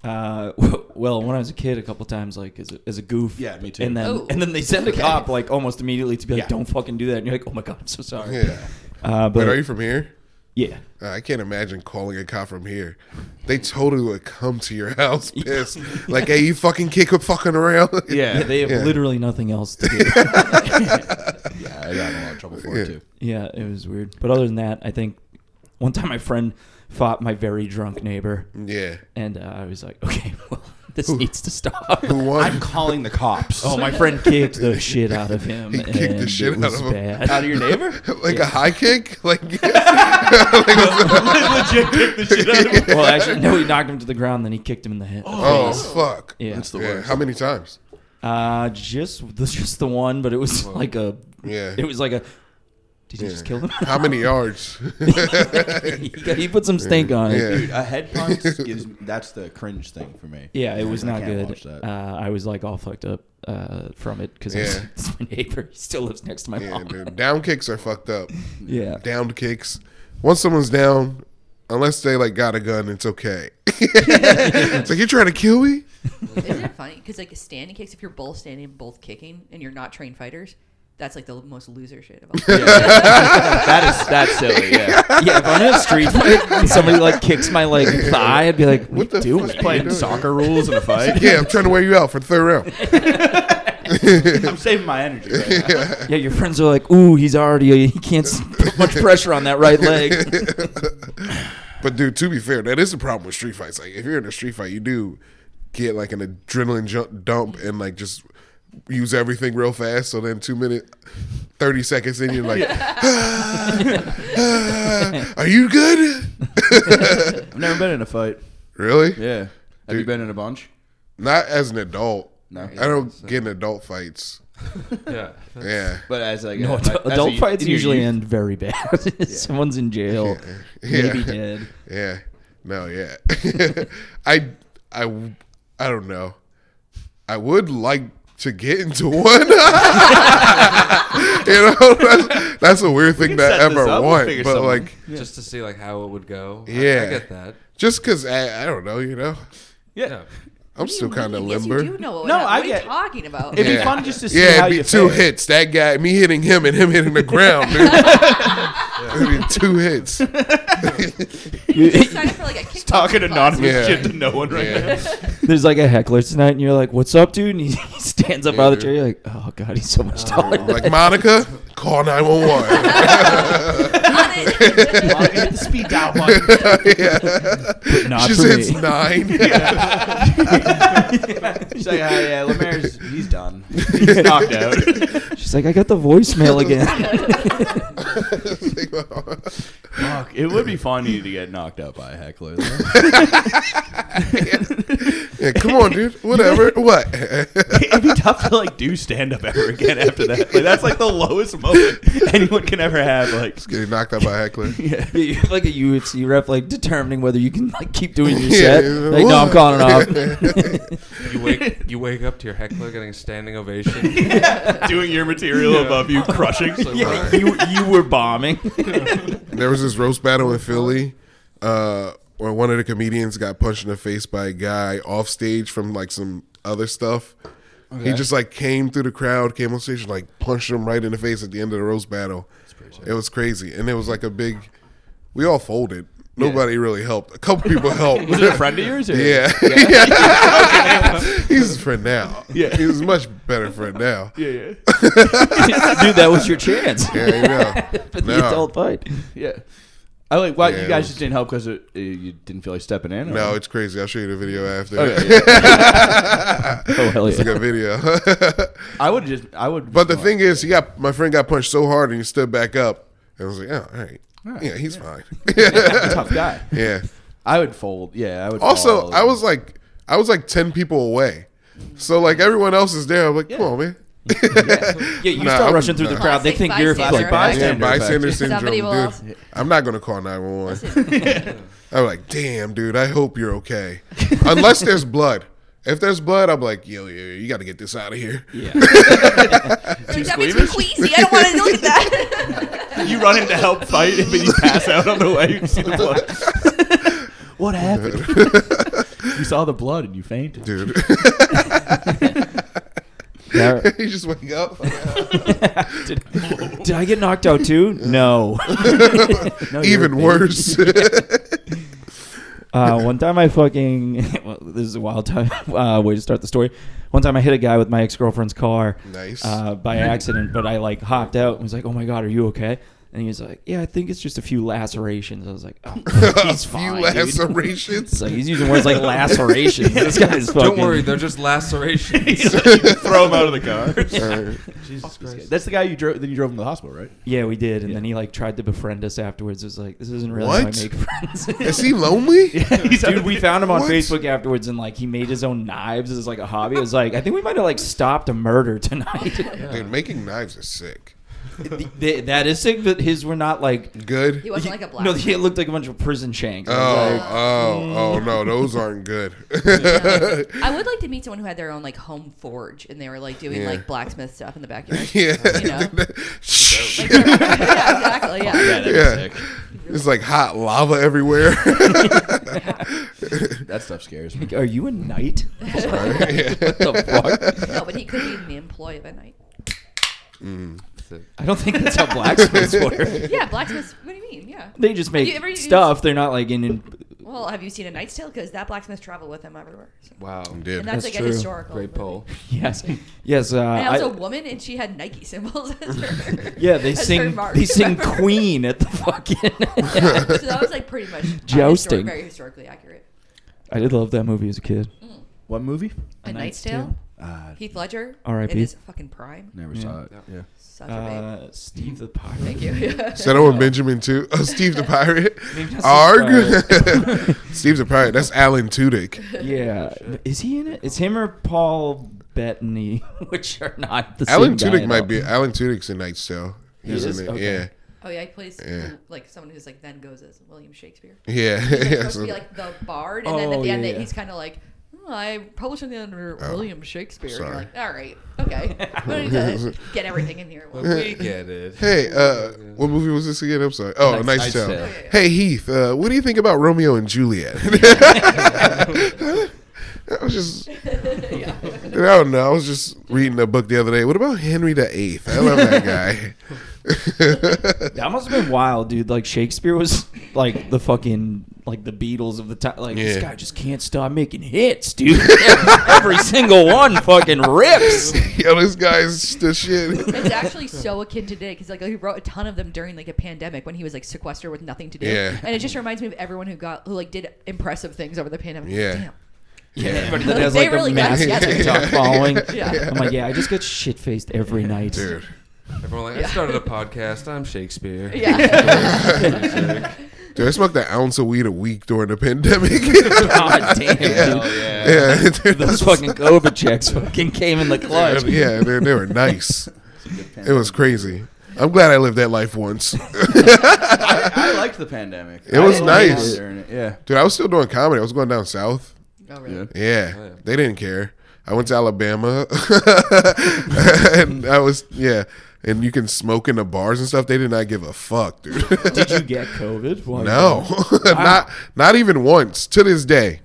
Uh, well, when I was a kid, a couple times, like as a, as a goof. Yeah, me too. And then Oh. and then they send a Okay. cop like almost immediately to be like, Yeah. "Don't fucking do that," and you're like, "Oh my god, I'm so sorry." Yeah. Uh, but But are you from here? yeah, Uh, I can't imagine calling a cop from here. They totally would come to your house pissed. Like, hey, you fucking kid, quit fucking around. Yeah, yeah, they have Yeah. literally nothing else to do. yeah, I got in a lot of trouble for it too. Yeah, it was weird. But other than that, I think one time my friend fought my very drunk neighbor, yeah. and uh, I was like, okay, well, this needs to stop. Who won? I'm calling the cops. Oh, my friend kicked the shit out of him. He kicked the and shit it out was of him. bad. out of your neighbor? like a high kick? Like, Legit kicked the shit out of him. well, actually, no, he knocked him to the ground, then he kicked him in the head. uh, oh, fuck. yeah. That's the Yeah, worst. How many times? Uh, just the, just the one, but it was like a, Yeah. it was like a. Did you just kill him? How many yards? he, got- he put some stink on it. yeah. Dude, a head punch gives me, that's the cringe thing for me. Yeah, it was I not can't good. watch that. Uh, I was like all fucked up uh, from it because Yeah. it's my neighbor. He still lives next to my Yeah, mom. dude. Down kicks are fucked up. Yeah, Down kicks. Once someone's down, unless they like got a gun, it's okay. it's like you're trying to kill me. Isn't it funny? Because like standing kicks, if you're both standing and both kicking, and you're not trained fighters, that's like the most loser shit of all. time. that is that's silly. Yeah. yeah. If I'm in a street fight and somebody like kicks my like thigh, I'd be like, "What, What the the doing?" fuck are you Playing doing? soccer rules in a fight. Yeah, I'm trying to wear you out for the third round. I'm saving my energy. Right now. Yeah, your friends are like, "Ooh, he's already he can't s- put much pressure on that right leg." But dude, to be fair, that is the problem with street fights. Like if you're in a street fight, you do get like an adrenaline jump, dump and like just use everything real fast. So then two minute, thirty seconds in, you're like, "Ah, are you good? I've never been in a fight. Really? Yeah. Have you been in a bunch? Not as an adult. No. I don't get in adult fights. Yeah. Yeah. But as like No, a- ad- as a- adult fights in your usually youth- end very bad. Someone's in jail, Yeah. maybe dead. Yeah. No, yeah. I I I don't know. I would like to get into one. you know, that's, that's a weird thing to set this ever up. We'll want, figure but something. like Just to see like how it would go. I- I, Yeah. get that. just cuz I, I don't know, you know. Yeah. I'm still kind of Yes, limber. you do know what, No, what I are get- you talking about? It'd Yeah. be fun just to see Yeah, how it'd you be two fare. hits. That guy, me hitting him and him hitting the ground, dude. It'd be two hits. Sign up for like a kickboxing Talking class. anonymous Yeah. shit to no one right now. Yeah. There's like a heckler tonight, and you're like, "What's up, dude?" And he, he stands up out of the chair. You're like, "Oh god, he's so much taller." than Like Monica, call 911. Hit the speed dial button. Not she for says me. nine. She's like, oh, yeah, Lemaire's he's done. He's knocked out. She's like, I got the voicemail again. Fuck, it would be funny to get knocked out by a heckler. though. Yeah, come on, dude. Whatever. what? It'd be tough to like do stand up ever again after that. Like that's like the lowest moment anyone can ever have. Like Getting knocked out by a heckler. Yeah, you're like a UFC ref, like determining whether you can like keep doing your Yeah, set. yeah, Like, no, I'm what? calling it off. You wake you wake up to your heckler getting a standing ovation. doing your material above you, crushing. It's like, yeah, wow. you you were bombing. There was this roast battle in Philly uh, where one of the comedians got punched in the face by a guy off stage from like some other stuff. He just like came through the crowd, came on stage, and, like punched him right in the face at the end of the roast battle. It was crazy, and it was like a big. We all folded. Nobody really helped. A couple people helped. Was it a friend of yours? Or? Yeah. He's his friend now. Yeah. He's a much better friend now. Yeah, yeah, Dude, that was your chance Yeah, you know. for the No. adult fight. yeah. I like why Yeah. you guys just didn't help because you didn't feel like stepping in. or- No, it's crazy. I'll show you the video after. Okay, yeah. Oh hell It's a yeah! good video. I would just. I would. but the thing is, he got my friend got punched so hard and he stood back up. And I was like, oh, all right. yeah, he's fine. tough guy. yeah. I would fold. Yeah, I would. Also, Oh, fold. I was like, I was like ten people away. So like everyone else is there. I'm like, come on, man. Yeah, you Nah, start I'm- rushing through the nah. crowd. They Classic think you're bystander. like Classic Uh, Yeah, Bystander bystander syndrome, Somebody dude. will also- I'm not gonna call 911. I'm like, damn, dude. I hope you're okay. Unless there's blood. If there's blood, I'm like, yo, yo, yo you got to get this out of here. Dude, that makes me queasy. I don't want to look at that. You run in to help fight, and then you pass out on the way. You see the blood. "What happened?" You saw the blood and you fainted. dude. Yeah. you just wake up. did, did I get knocked out too? No. No, you're a Even baby. worse. Uh, one time I fucking well, this is a wild time uh, way to start the story. One time I hit a guy with my ex girlfriend's car. Nice. Uh, by accident, but I like hopped out and was like, "Oh my god, are you okay?" And he was like, "Yeah, I think it's just a few lacerations." I was like, "Oh, a he's few fine, dude." lacerations. So he's using words like lacerations. This guy's fucking. Don't worry, they're just lacerations. Throw him out of the car. Alright. Jesus Christ. That's the guy you drove. Then you drove him to the hospital, right? Yeah, we did, and then he like tried to befriend us afterwards. It was like, "This isn't really how I What? make friends." Is he lonely? Dude, we found him on What? Facebook afterwards, and like he made his own knives as like a hobby. It was like I think we might have like stopped a murder tonight. Dude, making knives is sick. Th- th- that is sick, but his were not like. Good. He wasn't like a black. No, it looked like a bunch of prison shanks. Oh, I was like, oh, oh no, those aren't good. I would mm. like to meet someone who had their own like home forge and they were like doing Yeah. like blacksmith stuff in the backyard. yeah. You know? like, Shh. yeah, exactly. Yeah. that'd be Yeah. sick. It's like hot lava everywhere. That stuff scares me. Are you a knight? Yeah. the fuck? No, but he could be the employee of a night. Mm. I don't think that's how blacksmiths work. Yeah, blacksmiths. What do you mean? Yeah. They just make you ever used- stuff. They're not like in. in Well, have you seen a knight's tale? Because that blacksmith traveled with him everywhere. So. wow. Dude, And that's, That's like true. a historical. Great poll. yes, yes. Uh, And I was I- a woman, and she had Nike symbols. As her, yeah, they as her sing. mark. They sing Queen at the fucking. so that was like pretty much uh, histori- Jousting. very historically accurate. I did love that movie as a kid. What movie? A, Knight's Tale. Uh, Heath Ledger. R.I.P.. In his fucking prime. never Yeah. saw it. Yeah. Such a Uh, Steve the Pirate. babe. Thank you. Said Owen Benjamin too. Oh, Steve the Pirate. Maybe not Steve the Arg. Steve the Pirate. That's Alan Tudyk. Yeah, is he in it? It's him or Paul Bettany, which are not the Alan same. guy Tudyk at might all. be. Alan Tudyk's in Knight's Tale. He's is? in it. Okay. oh yeah, he plays Yeah. like someone who's like then goes as William Shakespeare. Yeah. Yeah. He's yeah, supposed so- to be like the bard, and then Oh, at the end yeah, it- yeah. he's kind of like. "Oh, I published something under William Shakespeare. And you're Oh, sorry. like, all right, okay. We don't need to get everything in here. at once. We get it. Hey, uh, what movie was this again? I'm sorry. Oh, Knight's- Knight's Knight's Tale. Tale. Hey, Heath, uh, what do you think about Romeo and Juliet? I was just, I don't know. I was just reading a book the other day. What about Henry VIII? I love that guy. That must have been wild, dude. Like Shakespeare was like the fucking like the Beatles of the time. Like this Yeah. guy just can't stop making hits, dude. Every single one fucking rips. Yo, this guy's the shit. It's actually so akin to today because like he wrote a ton of them during like a pandemic when he was like sequestered with nothing to do. Yeah. And it just reminds me of everyone who got who like did impressive things over the pandemic. Yeah. Damn. Yeah, everybody that has They like really a got it massive together. TikTok following. Yeah. I'm like, yeah, I just get shit faced every night. Dude. Everyone like, I started a podcast. I'm Shakespeare. Yeah. Dude, I smoked an ounce of weed a week during the pandemic. God damn, dude. Hell yeah. yeah, dude, Those that's- fucking COVID checks fucking came in the clutch. yeah, they, they were nice. It was crazy. I'm glad I lived that life once. I, I liked the pandemic. It was I liked nice. it during it, Yeah. Dude, I was still doing comedy. I was going down south. oh really? Yeah. Yeah, yeah. they didn't care. I went to Alabama, and I was yeah. And you can smoke in the bars and stuff. They did not give a fuck, dude. Did you get COVID? Why- no, not not even once to this day.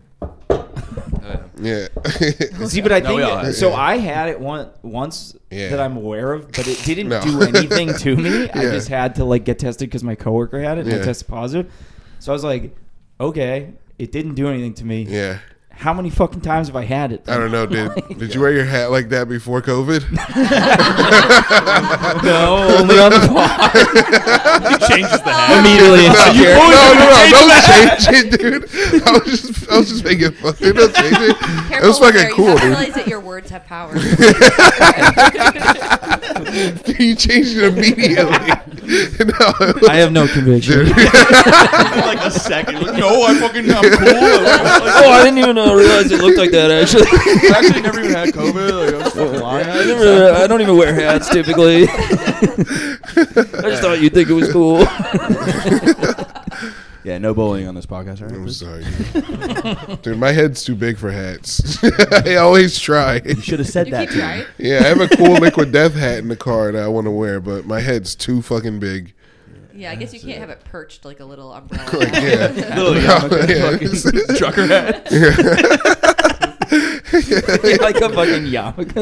Yeah, See, but I we all think have. so. I had it one once Yeah. that I'm aware of, but it didn't No. do anything to me. I Yeah. just had to like get tested because my coworker had it and I Yeah. tested positive. So I was like, okay, it didn't do anything to me. yeah. How many fucking times have I had it? I don't know. Did did you wear your hat like that before COVID? no, only on the pod. Changes the hat. Immediately insecure. no, no, no, don't change it, dude. I was just I was just making fun. Don't change it. it was with fucking where you cool, have to dude. realize that your words have power. you changed it immediately. no, it was- I have no conviction. like a second. Like, no, I fucking I'm cool. oh, I didn't even uh, realize it looked like that. Actually, I actually never even had COVID. Like, I was fucking lying. I, never, I don't even wear hats typically. I just thought you'd think it was cool. Yeah, no bullying on this podcast, right? I'm sorry, dude. Dude, My head's too big for hats. I always try. Should have said you keep trying. Yeah, I have a cool liquid death hat in the car that I want to wear, but my head's too fucking big. Yeah, I guess you can't have it perched like a little umbrella. Like, yeah. Literally, I'm like a Yeah. fucking trucker hat. like a fucking yarmulke.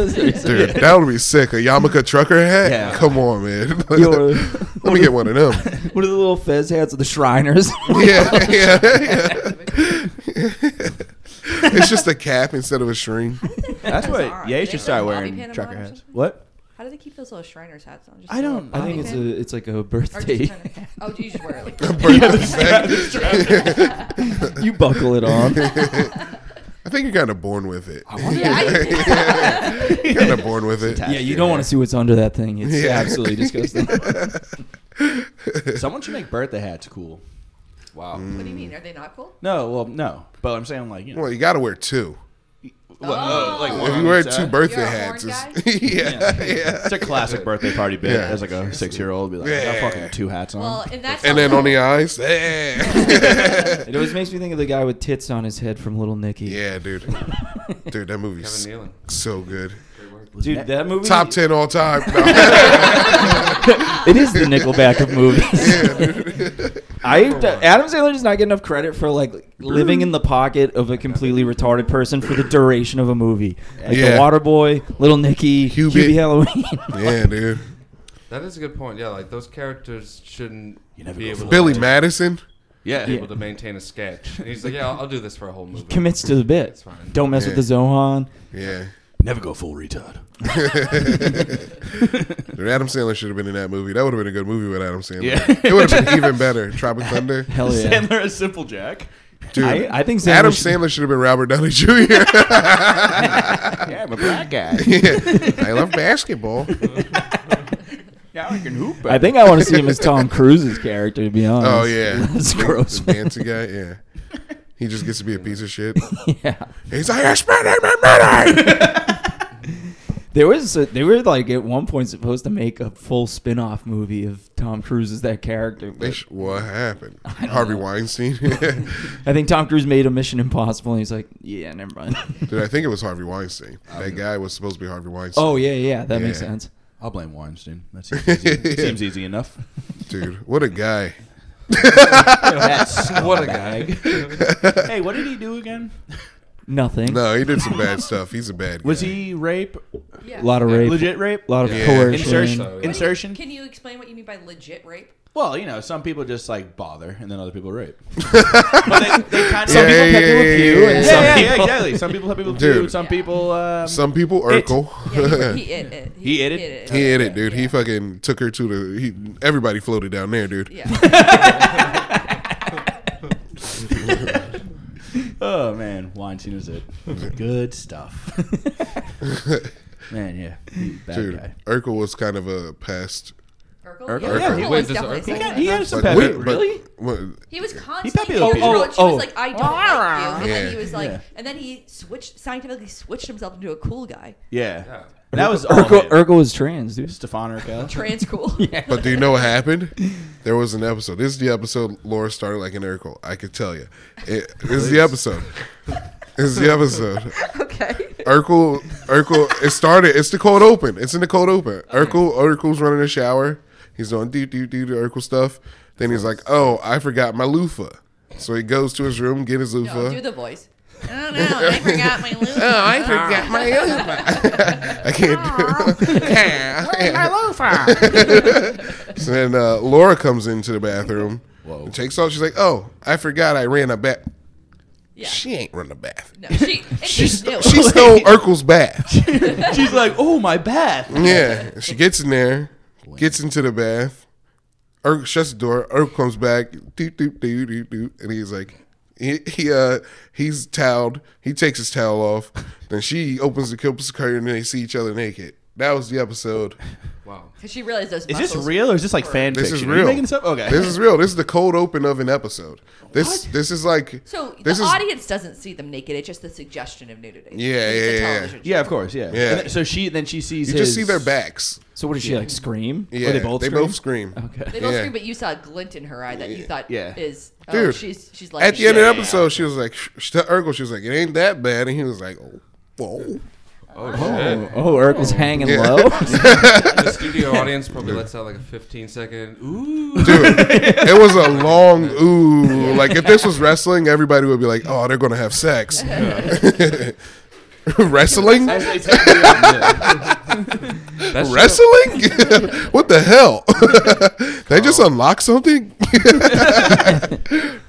Dude, that would be sick. A Yamaka trucker hat? Yeah. Come on, man. Yo, Let me get one of them. What are the little fez hats of the Shriners? yeah, yeah, it's just a cap instead of a string. That's what- what. Yeah, you should start wearing trucker hats. What? How do they keep those little Shriners hats on? Just I a little don't know. I think bobby it's pin? a it's like a Or birthday. just kinda- oh, you just wear it like you buckle it on. I think you're kind of born with it. Yeah, I- You're kind of born with it. yeah, you don't want to see what's under that thing. It's Yeah. absolutely disgusting. Someone should make birthday hats cool. Wow. What do you mean? Are they not cool? No, well, no. But I'm saying like you know, uh, Well, you got to wear two. Oh. like If you wear two two birthday You're a hats, horn it's, yeah, yeah. It's a classic birthday party bit. Yeah. As like a six year old, be like, I got Yeah. fucking two hats on. Well, and that's And then also- on the uh, eyes, eh. It always makes me think of the guy with tits on his head from Little Nicky. yeah, dude, dude, that movie's Kevin Nealon. so good. Dude, that movie. Top ten all time. No. It is the Nickelback of movies. I Adam Sandler does not get enough credit for like living in the pocket of a completely retarded person for the duration of a movie. Like Yeah. The Waterboy, Little Nicky, Cubit. Hubie Halloween. yeah, dude. That is a good point. Yeah, like those characters shouldn't never be go able for to Billy maintain- Madison. yeah. able to maintain a sketch. And he's like, yeah, I'll, I'll do this for a whole movie. Commits to the bit. It's fine. Don't mess with the Zohan. Yeah, Never go full retard. dude, Adam Sandler should have been in that movie. That would have been a good movie with Adam Sandler. Yeah. it would have been even better. Tropic Thunder. Oh, Hell yeah. Sandler as Simple Jack. Dude, I, I think Sandler Adam should- Sandler should have been Robert Downey Jr. Yeah, I'm a black guy. I love basketball. Oh, Yeah, I can hoop. I think I want to see him as Tom Cruise's character, to be honest. Oh yeah, That's The- gross. The dancing guy, yeah. He just gets to be a piece of shit. yeah. He's like, I'm spending my money. There was a, they were like at one point supposed to make a full spin-off movie of Tom Cruise as that character. They But sh- what happened? Harvey Weinstein. I think Tom Cruise made a Mission Impossible, and he's like, "Yeah, never mind." Dude, I think it was Harvey Weinstein. That guy was supposed to be Harvey Weinstein. oh yeah, yeah, that makes Yeah. sense. I'll blame Weinstein. That seems easy, seems easy enough. dude, what a guy. what a guy. hey, what did he do again? Nothing. No, he did some bad stuff. He's a bad. Was guy. he rape? Yeah. A lot of rape. Legit rape? A lot of Yeah. coercion. Insertion. So, yeah. Insertion. Can you explain what you mean by legit rape? Well, you know, some people just like bother, and then other people rape. but they, they kind of Yeah, yeah, people yeah, pick you yeah, up you yeah, and yeah. some yeah, people- yeah, exactly. Some people have people do. Dude. Some Yeah. people. Um, Some people, It. Urkel. Yeah, he, he it, it. He ate it? he hit it, dude. He fucking took her to the. He, everybody floated down there, dude. Yeah. oh man, Weinstein is it. Good stuff. man, yeah, he's a bad Dude, guy. Urkel was kind of a pest. Urkel? Urkel. Yeah, Wait, Urkel was does definitely Urkel- sex He got- he offender. had some But- bad. wait, but- really? what- He was probably constantly a oh, piece of oh, shit. She was Oh. like, I don't like you. And Yeah. then he was like, Yeah. and then he switched, scientifically switched himself into a cool guy. Yeah. Yeah. And that was all Urkel, him. Urkel was trans, dude. Stefan Urkel. Trans cool. But do you know what happened? There was an episode. This is the episode Laura started like an Urkel. I could tell you. It, this is the episode. This is the episode. okay. Urkel, Urkel. It started. It's the cold open. It's in the cold open. Urkel, Urkel's running a shower. He's doing do do do do Urkel stuff. Then he's like, "Oh, I forgot my loofah." So he goes to his room, get his No, do loofah. the voice. I don't know. I forgot my loot. I forgot my loofah. Ah. I can't do it. so then uh, Laura comes into the bathroom, Whoa. takes off. She's like, "Oh, I forgot I ran a bath." Yeah. She ain't run a bath. No, she, and she, knew. She stole Urkel's bath. She's like, oh my bath. Yeah, she gets in there, gets into the bath. Irk shuts the door. Irk comes back, doot doot doot doot doot, and he's like, he, he uh he's toweled. He takes his towel off. Then she opens the corpus curtain, and they see each other naked. That was the episode. Wow. 'Cause she realized those Is muscles. this real or is this like fan This fiction? is Are you real. making this up? Okay. This is real. This is the cold open of an episode. This this is like So the this is audience doesn't see them naked. It's just the suggestion of nudity. Yeah, It's a yeah, yeah, yeah. television show. yeah, of course. Yeah. Yeah. And then- so she then she sees. you just see his- their backs. So what did she like scream? Or Yeah, they both they scream? both scream. They Okay. both Yeah. scream, but you saw a glint in her eye that you thought Yeah. is oh, Dude, she's she's like At the end of the episode, she was like, sh- to Urkel, she was like, "It ain't that bad," and he was like, "Oh, whoa." Oh, Oh, oh Urkel's hanging low. shit. The studio audience probably lets out like a 15 second, ooh. Dude, it was a long ooh. Like if this was wrestling, everybody would be like, "Oh, they're gonna have sex." wrestling, That's wrestling. what the hell? they just unlocked something.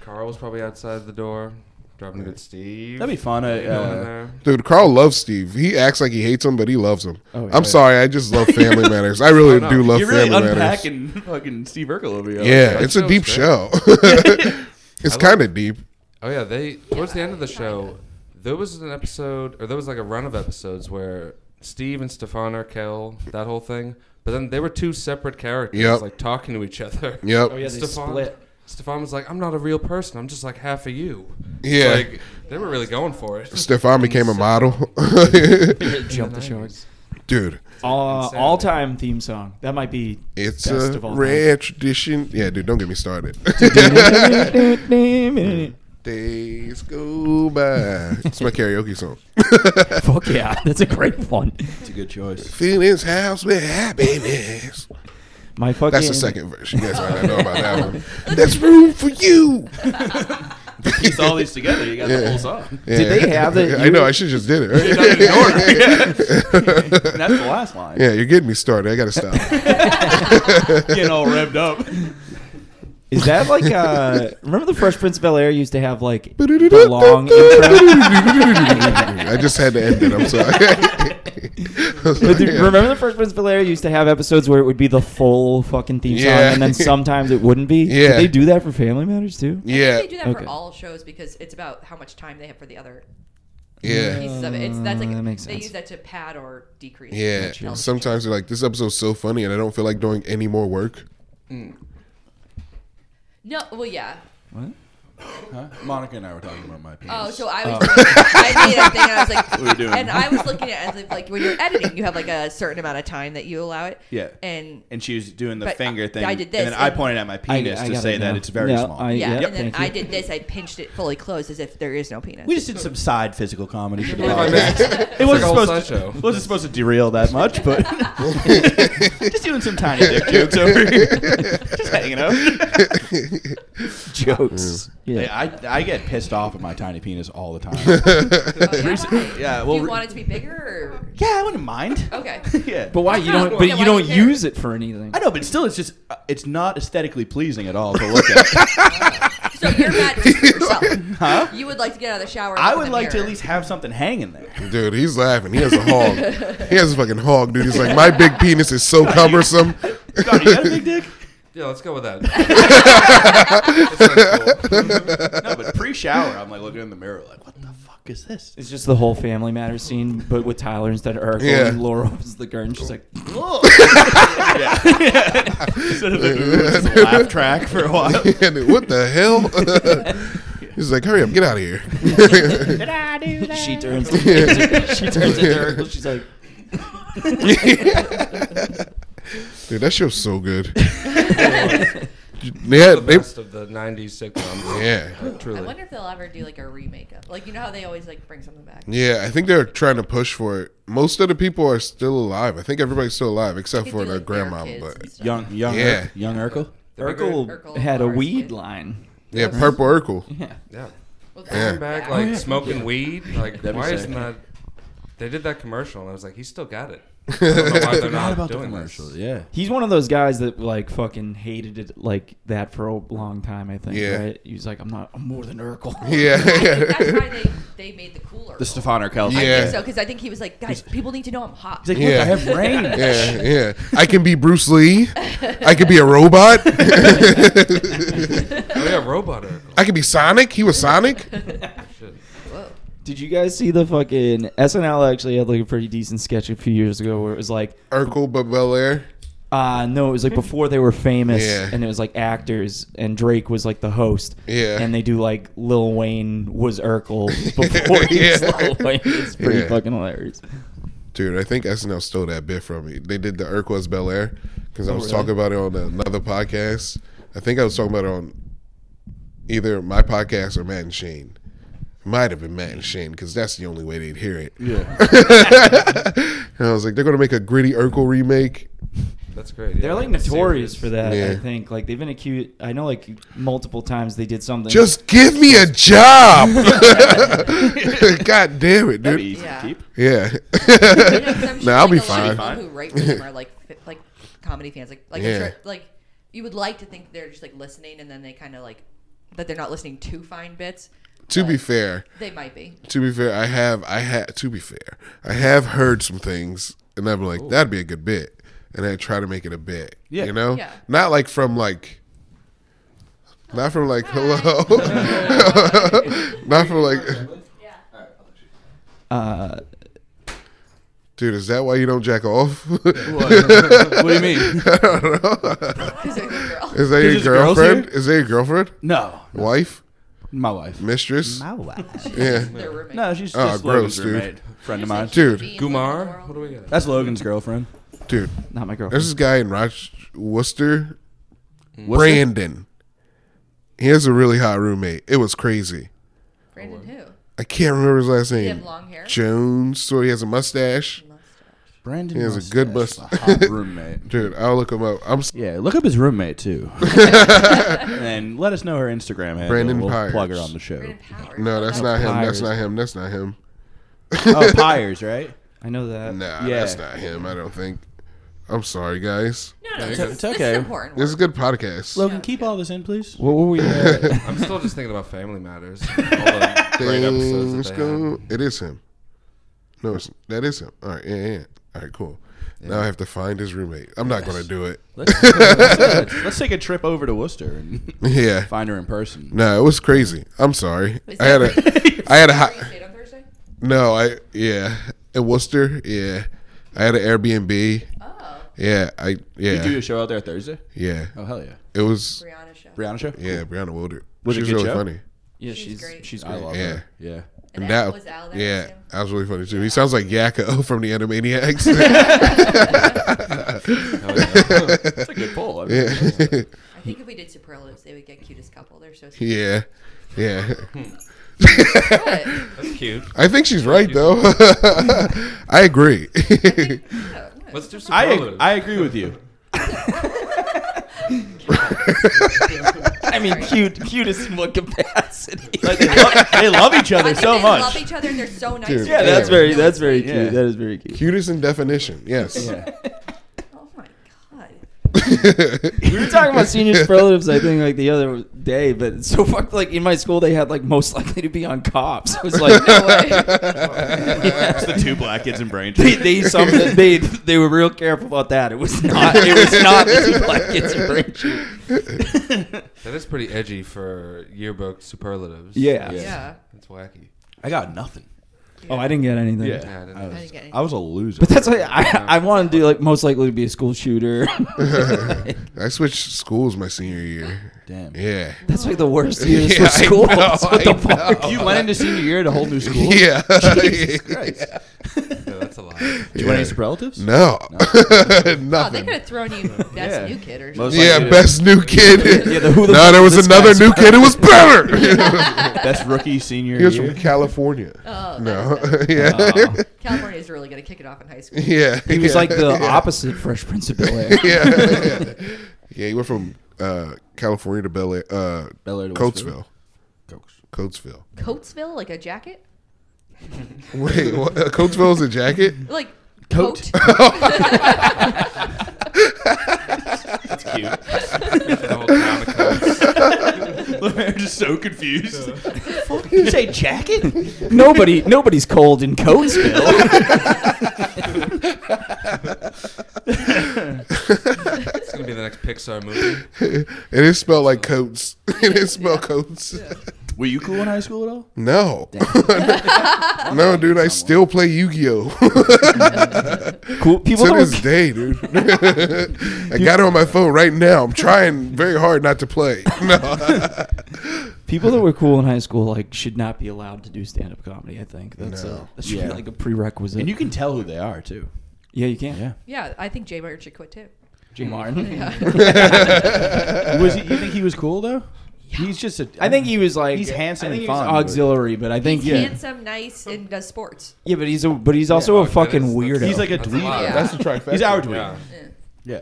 Carl was probably outside the door, dropping a good Steve. That'd be fun. Uh, Going in uh, there. Dude, Carl loves Steve. He acts like he hates him, but he loves him. yeah. I'm sorry, I just love Family Matters. I really do love you're really Family Matters. unpacking fucking Steve Urkel over here. Yeah, it's a show's deep great. show. it's kind of deep. Oh yeah, they towards the end of the show, there was an episode, or there was like a run of episodes where Steve and Stefan Arkell, that whole thing. But then they were two separate characters, Yep. like talking to each other. Yep. Oh, yeah, they split. Stefan was like, "I'm not a real person. I'm just like half of you." Yeah. like they were really going for it. Stefan became a model. Jump the sharks. Dude, Uh, all time theme song. That might be it's best a of all rare tradition. Yeah, dude, don't get me started. time. Days go by. It's my karaoke song. Fuck yeah, that's a great one. It's a good choice. Feelings house with happiness. My fucking. That's the second verse. You guys might not know about that one. There's room for you. Piece all these together, you got the whole song. Yeah. they have that I you- know. I should just did it. You're right? not even ignoring it. And that's the last line. Yeah, you're getting me started. I gotta stop. Getting all revved up. Is that like uh remember the Fresh Prince of Bel Air used to have like the long intro? I just had to end it. I'm sorry. But do- remember the Fresh Prince of Bel Air used to have episodes where it would be the full fucking theme Yeah. song and then sometimes it wouldn't be? Yeah. Did they do that for Family Matters too? yeah, They do that Okay. for all shows because it's about how much time they have for the other yeah, pieces of it. It's that's like Uh, that makes they sense. use that to pad or decrease. yeah. Sometimes they're like, "This episode's so funny," and I don't feel like doing any more work. No, well, yeah. What? Monica and I were talking about my penis. Oh, so I was. I made a thing, and I was like, were doing- and I was looking at it as if, like when you're editing, you have like a certain amount of time that you allow it. Yeah. And and she was doing the But finger I- thing. I did And this, then I and- pointed at my penis I to got say it that now. it's very No, small. I- yeah, Yep, and then thank I you. did this. I pinched it fully closed as if there is no penis. we just did some side physical comedy. For the Like, podcast. It It's like a wasn't whole supposed sideshow. to, wasn't supposed to derail that much, but just doing some tiny dick jokes over here, just hanging out. Jokes. Yeah. Yeah, I I get pissed off at my tiny penis all the time. Oh, yeah? Why? yeah, Do well, you want it to be bigger? yeah, I wouldn't mind. Or? Okay. yeah, But why you don't but Yeah, why you do don't you care? use it for anything. I know, but still, it's just uh, it's not aesthetically pleasing at all to look at. So you're mad just for yourself. You would like to get out of the shower. and I look in would the like to at mirror. least have something hanging there. Dude, he's laughing. He has a hog. he has a fucking hog, dude. He's like, "My big penis is so cumbersome." God, you got a big dick? Yeah, let's go with that. That sounds cool. No, but pre-shower, I'm like looking in the mirror, like, what the fuck is this? It's just the whole Family Matters scene, but with Tyler instead of Urkel, Yeah. and Laura opens the curtain. She's like, Ugh. yeah. Instead of the ooh, it's a laugh track for a while. And it- what the hell? he's like, "Hurry up, get out of here." she turns, she turns to Urkel. She's like, Dude, that show's so good. yeah, the they, best of the '90s sitcoms. yeah. I truly. wonder if they'll ever do like a remake of, like you know how they always like bring something back. Yeah, I think they're trying to push for it. Most of the people are still alive. I think everybody's still alive except They for do, the like, their grandma. kids But and stuff. Young, young, Yeah. Ur- young Urkel. Urkel, Urkel had a Laura's weed kid. line. yeah, Purple Urkel. Yeah. Well, Yeah. Bring Oh, back like smoking weed. Like That'd be why sick. isn't that? They did that commercial, and I was like, he's still got it. I don't know why they're not doing this. Yeah. He's one of those guys that like fucking hated it like that for a long time. I think. Yeah. Right? He was like, I'm not. I'm more than Urkel. That's Yeah, why they, they made the cooler. The Stefan Urkel. Yeah. I think so because I think he was like, guys, people need to know I'm hot. He's like, look, Yeah. I have range. yeah, yeah. I can be Bruce Lee. I could be a robot. Oh yeah, robot. Urkel. I could be Sonic. He was Sonic. Shit. Whoa. Did you guys see the fucking SNL? Actually, had like a pretty decent sketch a few years ago where it was like, Urkel, but Bel Air. uh no, it was like before they were famous, Yeah. and it was like actors, and Drake was like the host. Yeah. And they do like Lil Wayne was Urkel before he was Yeah. Lil Wayne. It's pretty Yeah. fucking hilarious. Dude, I think SNL stole that bit from me. They did the Urquhart's Bel Air because I was talking about it on another podcast. I think I was talking about it on either my podcast or Matt and Shane. might have been Matt and Shane because that's the only way they'd hear it. Yeah. And I was like, they're gonna make a gritty Urkel remake. That's great. They're like notorious for that. I Yeah. think like they've been accused. I know like multiple times they did something. Just give me a job. God damn That'd it, be dude. easy Yeah. to keep. Yeah. You know, 'cause I'm sure, Nah, I'll like, be a lot of fine. People who write for them are like fi- like comedy fans, like like I'm Yeah. sure, like you would like to think they're just like listening, and then they kind of like that they're not listening to fine bits. to but be fair, they might be. to be fair, I have I had to be fair, I have heard some things, and I'm like, that'd be a good bit, and I try to make it a bit. Oh. Yeah. you know, Yeah. not like from like, not from like hello, not from like, uh, dude, is that why you don't jack off? what do you mean? I don't know. 'Cause they're good girl. Is that your there's girls girlfriend? here? Is that your girlfriend? No, Wife? my wife. Mistress? Oh, Yeah, They're roommates. No, she's Oh, just gross, Logan's dude. roommate, friend of mine. dude, Gumar. What do we got? That's Logan's girlfriend. dude. not my girlfriend. There's this guy in Rochester, What's her- Brandon. He has a really hot roommate. It was crazy. Brandon who? I can't remember his last He name. have long hair. Jones. So he has a mustache. Brandon He has a good Mustache, bus- a hot roommate. Dude, I'll look him up. I'm s- Yeah, look up his roommate too, and let us know her Instagram handle. Brandon we'll Pyers. plug her on the show. Brandon Powers. no, that's not him. Pirates. That's not him. That's not him. oh, Pyers, right? I know that. Nah, Yeah. that's not him. I don't think. I'm sorry, guys. No, no, It's- this, it's this okay. is important. This Work. is a good podcast. Logan, keep all this in, please. What were we? At? I'm still just thinking about Family Matters. All the great episodes Things that they had. go- It is him. No, it's, that is him. All right, yeah, yeah. All right, cool. Now I have to find his roommate. I'm not gonna do it. Let's, let's, let's take a trip over to Worcester and Yeah. find her in person. No, it was crazy. I'm sorry. Is I had that- a I had a Were hot you stayed on Thursday? No, I yeah. In Worcester, yeah. I had an Airbnb. Oh, Yeah, I Did you do yeah. a show out there Thursday? Yeah. Oh hell yeah, It was Brianna show. Brianna show. yeah, Brianna Wilder. Was she it good was really show? funny. Yeah, She's she's great. she's I great. love Yeah. her. Yeah, And, that- Al was Al there. Yeah. too? That was really funny too. He sounds like Yakko from the Animaniacs. that's a good Oh, poll. I mean, yeah. I think if we did superlatives, they would get cutest couple. They're so sweet. yeah. Yeah. Hmm. But, oh, That's cute. I think she's right though. I agree. yeah, no, Let's do some. I I agree with you. I mean, cute, cutest in what capacity? Like, They love, they love each I other think so they much. love each other. and They're so nice. Dude. to yeah, each that's other. very No, that's it's very great. cute. Yeah. That is very cute. Cutest in definition. Yes. Yeah. Oh my god. We were talking about senior superlatives, I think, like the other day, but it's so fucked. Like in my school, they had like most likely to be on cops. It was like No way. It's the two black kids in they Braintree. they, some, they they were real careful about that. It was not it was not the two black kids in Braintree. That is pretty edgy for yearbook superlatives. Yeah. yeah. It's wacky. I got nothing. Oh, I didn't get anything. Yeah, I didn't- I I didn't was, get anything. I was a loser. But that's like I, I want to do like most likely to be a school shooter. I switched schools my senior year. damn. Yeah. that's like the worst years for Yeah, I schools. know, what the I fuck? You went into senior year at a whole new school. Yeah. Yeah, that's a lot. Do you want any relatives? No. Oh, they Nothing. could have thrown you best Yeah. new kid or Most something. yeah, likely- best new kid. Yeah, the who the no, fuck is there was this another guy's- new kid. It was better. Best rookie senior he was year. from California. Oh, no. that's good. yeah. Aw. California is really gonna kick it off in high school. yeah. He was yeah. like the opposite Fresh Prince of Bel Air. yeah. yeah. Yeah, he went from uh, California to Bel Air. Uh, Bel Air to Coatesville. Coatesville. Coatesville, like a jacket, Wait, what? Uh, Coatesville's a jacket? like Coat. coat. That's cute. The whole town of Cubs. I'm just so confused. You say jacket? Nobody, nobody's cold in Coatesville. It's gonna be the next Pixar movie. It is spelled like coats. It is spelled coats. Were you cool in high school at all? No. no, dude, I still play Yu Gi Oh! cool people to don't. this day, dude. I got it on my phone right now. I'm trying very hard not to play. No, People that were cool in high school like should not be allowed to do stand up comedy. I think that's uh that should Yeah. be like a prerequisite. And you can tell who they are too. yeah, you can. Yeah. yeah, I think Jay Martin should quit too. Jim Martin. Yeah. Was he, you Uh, think he was cool though? He's just a. I think he was like He's handsome I think and he was fun, but- auxiliary, but I think He's yeah, handsome, nice, and does sports. yeah, but he's a but he's also Yeah. a fucking That is- that's- weirdo. Oh, He's like a That's a dweeb. lot. Yeah. That's the trifecta. He's our dweeb. Yeah. Eh. Yeah.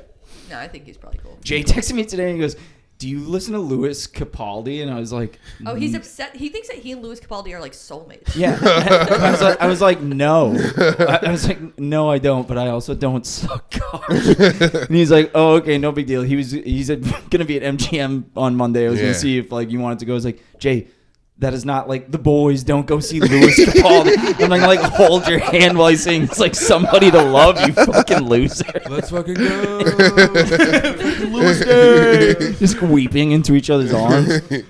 No, I think he's probably cool. Jay texted me today and he goes, "Do you listen to Louis Capaldi?" And I was like, Oh, he's "Mm, upset. He thinks that he and Louis Capaldi are like soulmates. yeah." I, was like, I was like, "No," I, I was like, "No, I don't," but I also don't suck cock. and he's like, "Oh, okay, no big deal." He was he's at, gonna be at MGM on Monday. I was Yeah. gonna see if like you wanted to go. I was like, "Jay." That is not like the boys don't go see Louis Capaldi. I'm like, like hold your hand while he's saying it's like somebody to love you fucking loser. Let's fucking go. just weeping into each other's arms.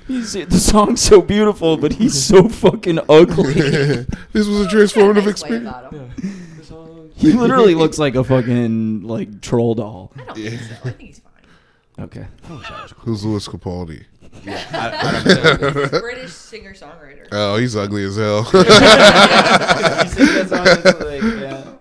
He's, the song's so beautiful, but he's so fucking ugly. this was a Kinda transformative nice way experience. about him. He literally looks like a fucking like troll doll. I don't think so. I think he's fine. Okay. Who's Louis Capaldi? He's a British singer songwriter. Oh, he's ugly as hell. uh, I can't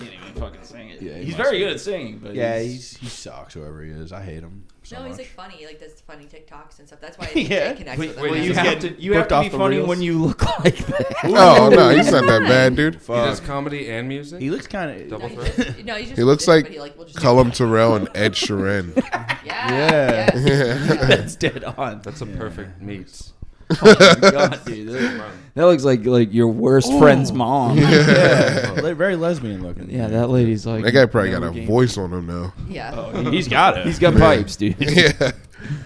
even fucking sing it. Yeah, he must he's very be. good at singing, but Yeah, he's- he's, he sucks, whoever he is. I hate him. So no, much. he's like funny. He like does funny TikToks and stuff. That's why I think Yeah. Jay connects Wait, with him. wait, Well, you he's have getting to you booked have to off be the funny reels. when you look like that. oh no, he's not that bad, dude. he does comedy and music. He looks kind Double of. no, he's just, no, he's just He looks but like he, like, will just Cullum Terrell and Ed Sheeran. Yeah. Yeah. yeah. That's dead on. That's a perfect meet. Oh my god, dude. That, Run. that looks like like your worst friend's mom. Yeah. Le- Very lesbian looking. Yeah, that lady's like That guy probably got no a game. voice on him now. Yeah. Oh, He's got it. He's got pipes, dude. yeah.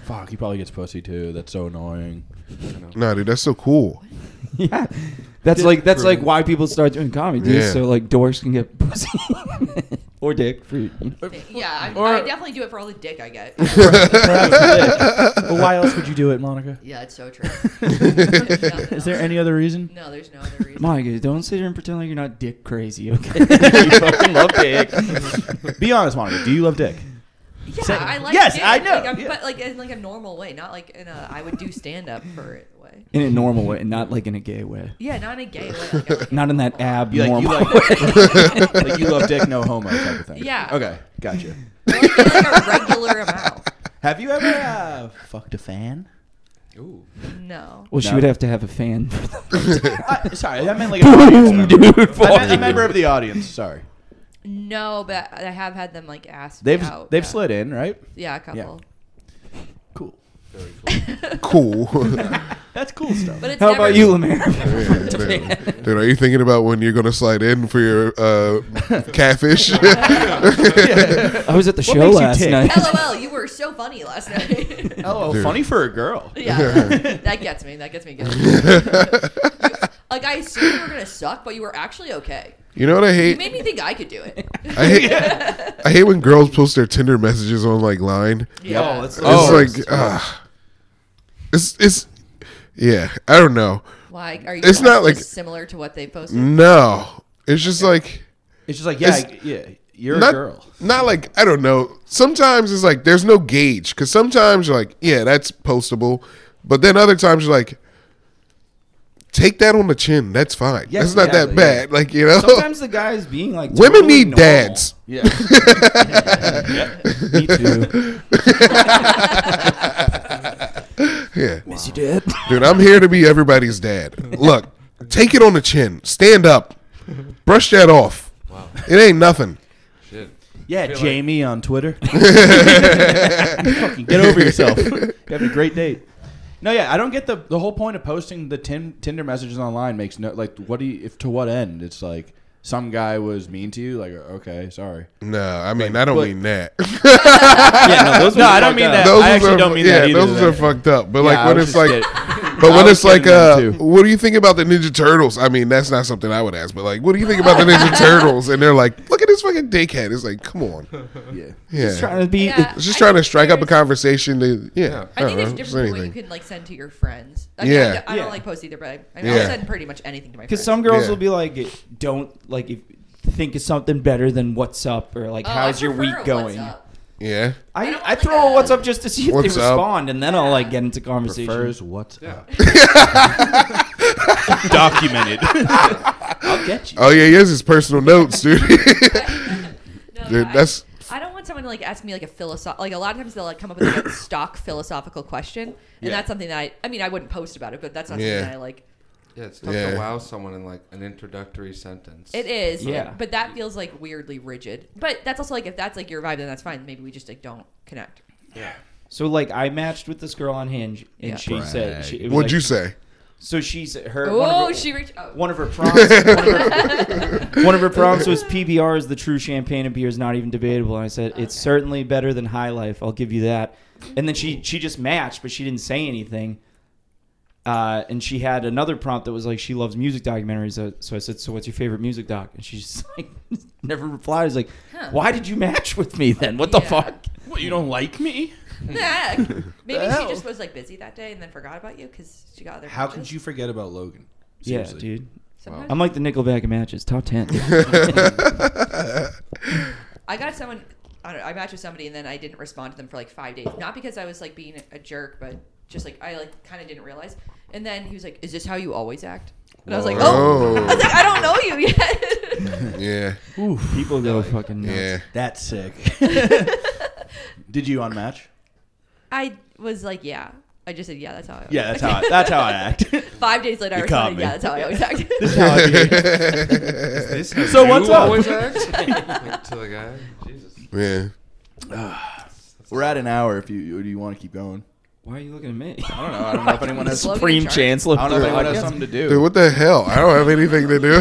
Fuck, he probably gets pussy too. That's so annoying. No, dude, that's so cool. yeah, that's like that's like why people start doing comedy, dude. Yeah. So like dorks can get pussy or dick. For, Yeah, I, Or- I definitely do it for all the dick I get. But why else would you do it, Monica? yeah, it's so true. Is any other reason? No, there's no other reason. Monica, don't sit here and pretend like you're not dick crazy. Okay, you fucking love dick. Be honest, Monica. Do you love dick? yeah, say- I like Yes, dick. I know, Like, I'm- yeah. But like in like a normal way, not like in a I would do stand up for it way. In a normal way, not like in a gay way. Yeah, not in a gay way. Like, I like Not in that normal. ab You like, you normal. like, like you love dick, no homo type of thing. Yeah. Okay, gotcha. Like, a regular amount. Have you ever uh, fucked a fan? Ooh. No. well, she No. would have to have a fan. I, sorry, I meant like an audience Boom, member. dude, I meant fucking- a member of the audience. Sorry, No, but I have had them like ask. me they've out, they've yeah. slid in, right? Yeah, a couple. Cool. Very cool. Cool. That's cool stuff. But it's How never, about you, Lemare? Yeah, dude, dude, are you thinking about when you're gonna slide in for your uh, catfish? I was at the What show makes you last tick? night. LOL, you were so funny last night. oh, Dude. funny for a girl. yeah, that gets me. That gets me good. like I assumed you were gonna suck, but you were actually okay. you know what I You hate? made me think I could do it. I hate, I hate when girls post their Tinder messages on like line. Yeah. it's- Oh. It's like, ah, it's it's, yeah. I don't know. Why are you? It's not like- Mm, similar to what they posted. No, it's just like It's just like yeah, It's- I- yeah. You're not a girl. not like I don't know. Sometimes it's like there's no gauge because sometimes you're like, yeah, that's postable, but then other times you're like. Take that on the chin. That's fine. Yeah, that's not that exactly, bad. Like you know, Sometimes the guy is being like. Women totally need normal. dads. Yeah. Me too. Yeah. Miss you, Dad. Dude, I'm here to be everybody's dad. Look, take it on the chin. Stand up. Brush that off. Wow. It ain't nothing. Shit. Yeah, feel like- Jamie on Twitter. Fucking get over yourself. You're having a great date. No, yeah, I don't get the the whole point of posting the tin, Tinder messages online makes no like what do you if to what end? It's like some guy was mean to you, like okay, sorry. No, I mean, I don't but- mean that. Yeah, no, those no, I ones like don't mean that. that. Those I ones actually are, don't mean yeah, that either. those ones then. are fucked up. But Yeah, like I when was it's just like, kidding. but when I it's was like, kidding uh, then, too. what do you think about the Ninja Turtles? I mean, that's not something I would ask, but like, what do you think about the Ninja Turtles? And they're like, look at this fucking dickhead. It's like, come on. yeah. Yeah. Just trying to be. Yeah. It's just I trying to think strike up a there's- conversation. To, yeah. Yeah. I I don't think there's know, just different what you anything. can like send to your friends. I, Yeah. I, I Yeah. don't like posts either, but I, I mean, Yeah. I'll send pretty much anything to my friends. Because some girls Yeah. will be like, don't like if, think of something better than what's up or like Oh, I how's your prefer a week what's going. up. Yeah. I, I don't I, like throw a that. what's up just to see if What's they up? respond, and then I'll like get into conversation. Prefers what's Yeah. up. documented. I'll get you. Oh yeah, yours is personal notes, dude. No, Dude, I- that's I don't want someone like ask me like a philosoph like a lot of times they'll like come up with like, a stock philosophical question, and that's something that I I mean I wouldn't post about it, but that's not Yeah. something that I like. Yeah, it's tough Yeah. to wow someone in like an introductory sentence. It is, Yeah. But that feels like weirdly rigid. But that's also like if that's like your vibe, then that's fine. Maybe we just like don't connect. So like I matched with this girl on Hinge, and Yeah. she said, she, it was What'd like- you say? So she said her. one of Oh, her- she reached. Oh. One of her prompts. one, of her, one of her prompts was PBR is the true champagne and beer is not even debatable. And I said it's certainly better than High Life. I'll give you that. And then she she just matched, but she didn't say anything. Uh, and she had another prompt that was like she loves music documentaries. So, so I said, so what's your favorite music doc? And she just like never replied. I was like, Huh. why did you match with me then? What the Yeah. fuck? What, you don't like me? Yeah. Maybe she hell? just was like busy that day and then forgot about you because she got other. How could matches. you forget about Logan? Yeah, Seriously. dude. Sometimes- I'm like the Nickelback of matches, top ten. I got someone. I don't know. I matched with somebody and then I didn't respond to them for like five days. Not because I was like being a jerk, but just like I like kind of didn't realize. And then he was like, "Is this how you always act?" And I was like, "Oh, Whoa. I was like, I don't know you yet." Yeah. People go fucking nuts. Yeah. That's sick. Did you unmatch? I was like, "Yeah." I just said, "Yeah, that's how." I always Yeah, that's how I, that's how I act. Five days later, I You caught responded, me. "Yeah, that's how I always act." Oh, This how So you what's up? Always act? Like, to the guy. Jesus. yeah. We're at an hour. If you do you want to keep going? Why are you looking at me? I don't know. I don't know if anyone has. Slogan Supreme chart. Chancellor. I don't know if anyone Podcast. has something to do. Dude, what the hell? I don't have anything to do.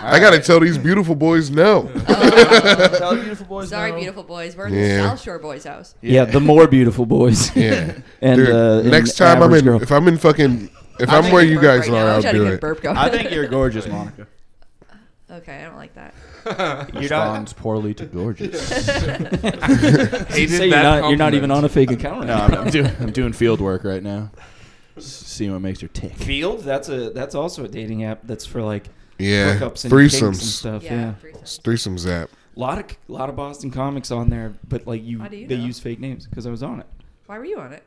I gotta tell these beautiful boys no. Oh. Tell the beautiful boys. Sorry, no. beautiful boys. We're in Yeah. the South Shore Boys' house. Yeah, the more beautiful boys. Yeah. and Dude, uh, and next time I'm average in, girl. if I'm in fucking, if I'm I'm trying where to you burp guys right now. are, I'm I'll trying to do get it. burp going. I think you're gorgeous, Monica. okay, I don't like that. you're not, poorly to gorgeous. Hated say you're, that not, you're not even on compliment. a fake account. no, I'm, I'm doing I'm doing field work right now. S- See what makes her tick. Field. That's a that's also a dating app that's for like Yeah. hookups and kinks and Threesomes. stuff. Yeah, Yeah. threesomes. Threesomes app. a lot of lot of Boston comics on there, but like you, How do you they know? use fake names because I was on it. Why were you on it?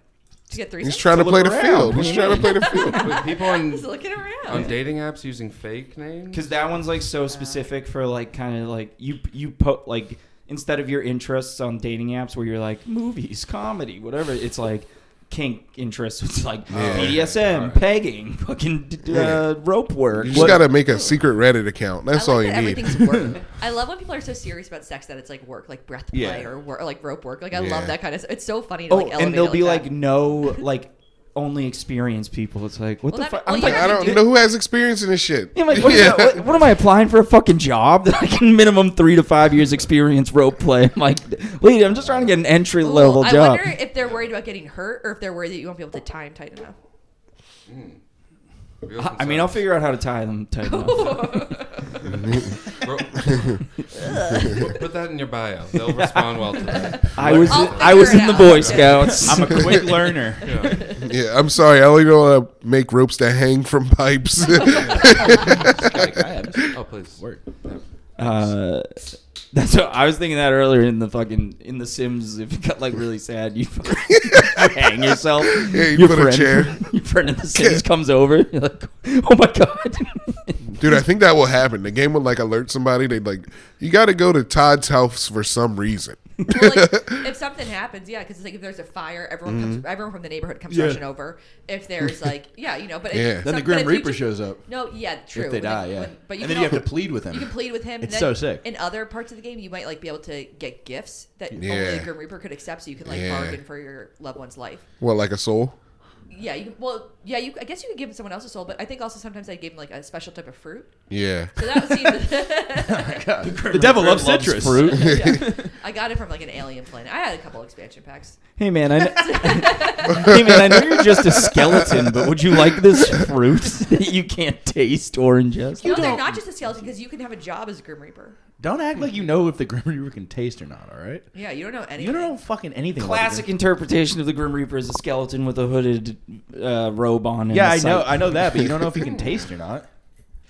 Did you get three? He's trying to look play the around. field. He's trying to play the field. Wait, people He's "Oh." on, looking around. on dating apps using fake names? Because that one's like so specific for like kind of like you you put like instead of your interests on dating apps where you're like movies, comedy, whatever. It's like kink interests. It's like Yeah. BDSM, Alright. pegging, fucking d- d- uh, rope work. You just what- gotta make a secret Reddit account. I That's like all you that need. everything's work. I love when people are so serious about sex that it's like work, like breath play Yeah. or, wor- or like rope work. Like I Yeah. love that kind of. It's so funny to oh, like elevate. and there'll it be like that. no like only experienced people. It's like what Well, the that- fuck? well, I'm you like. I don't you know who has experience in this shit. I'm like, what, is Yeah. that- what, what am I applying for a fucking job that I can minimum three to five years experience rope play? I'm like, lady, I'm just trying to get an entry Ooh, level Oh, I job. wonder if they're worried about getting hurt or if they're worried that you won't be able to tie them tight enough. Real I mean, I'll figure out how to tie them tight enough. concerns. Bro- Put that in your bio. They'll respond well to that. I was I'll I was figure in it the out. Boy Scouts. I'm a quick learner. Yeah. Yeah, I'm sorry. I only know how to make ropes that hang from pipes. Like, I have this Oh, please. work. uh, that's what I was thinking that earlier in the fucking in the Sims. If it got like really sad, you fucking hang yourself. Yeah, you your put a friend, chair. Your friend in the Sims comes over. You're like, oh my god. Dude, I think that will happen. The game would like alert somebody. They'd like, you got to go to Todd's house for some reason. Well, like, if something happens, yeah, because like if there's a fire, everyone Mm-hmm. comes, everyone from the neighborhood comes rushing over. If there's like, yeah, you know, but if Yeah. some- Then Then the but if Grim you Reaper just- shows up. No, yeah, true. If they When- die, yeah. when- but you and can then you have al- to plead with him. You can plead with him. and It's then so sick. In other parts of the game, you might like be able to get gifts that only Yeah. the Grim Reaper could accept, so you can like Yeah. bargain for your loved one's life. What, like a soul? Yeah, you well, yeah, you. I guess you could give someone else a soul, but I think also sometimes I gave him like a special type of fruit. Yeah. So that was The devil loves citrus. Fruit. I got it from like an alien planet. I had a couple expansion packs. hey man, I know, hey man, I know you're just a skeleton, but would you like this fruit that you can't taste oranges? no, they're not just a skeleton because you can have a job as a Grim Reaper. Don't act like you know if the Grim Reaper can taste or not. All right. Yeah, you don't know anything. You don't know fucking anything. about the Classic Grim- interpretation of the Grim Reaper is a skeleton with a hooded uh, robe on. and Yeah, a I know. scythe. I know that, but you don't know if he can taste or not.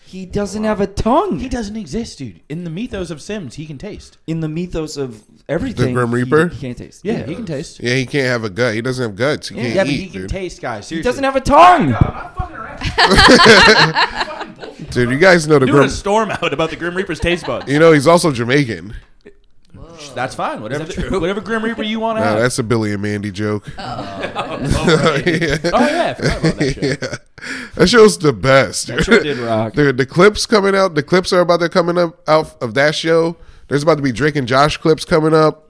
He doesn't have a tongue. He doesn't exist, dude. In the mythos of Sims, he can taste. in the mythos of everything. Grim he- Reaper? He, can't taste. Yeah, he can taste. Yeah, he can't have a gut. He doesn't have guts. He can't Yeah, but eat, he can dude. taste, guys. He Seriously. doesn't have a tongue. dude, you guys know the Doing Grim. a storm out about the Grim Reaper's taste buds. You know, he's also Jamaican. That's fine. Whatever, whatever Grim Reaper you want to Nah, have. that's a Billy and Mandy joke. oh yeah, I forgot about that shit. yeah. That show's the best. That show did rock. the, the clips coming out. The clips are about to coming up out of that show. There's about to be Drake and Josh clips coming up.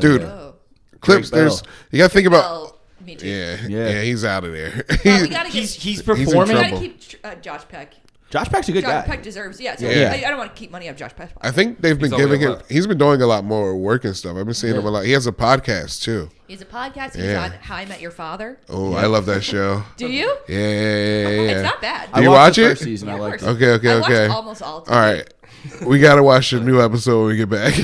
Dude, Oh, clips. Drake There's you got to think about. well, me too. Uh, Yeah, yeah, Yeah. he's out of there. Well, we gotta He's get. he's in We performing. trouble. gotta keep tr- uh, Josh Peck. Josh Peck's a good Josh guy. Peck deserves. Yeah. So Yeah. I, I don't want to keep money on Josh Peck. I think they've been He's giving only him. left. He's been doing a lot more work and stuff. I've been seeing him a lot. He has a podcast too. He's a podcast. He's Yeah. on How I Met Your Father. Oh, I love that show. Do you? Yeah, yeah, yeah, yeah. It's yeah. not bad. Do you watched watch the it? First season, I Yeah, of liked it. course. Okay, okay, I okay. watched almost all. All right, we gotta watch the new episode when we get back.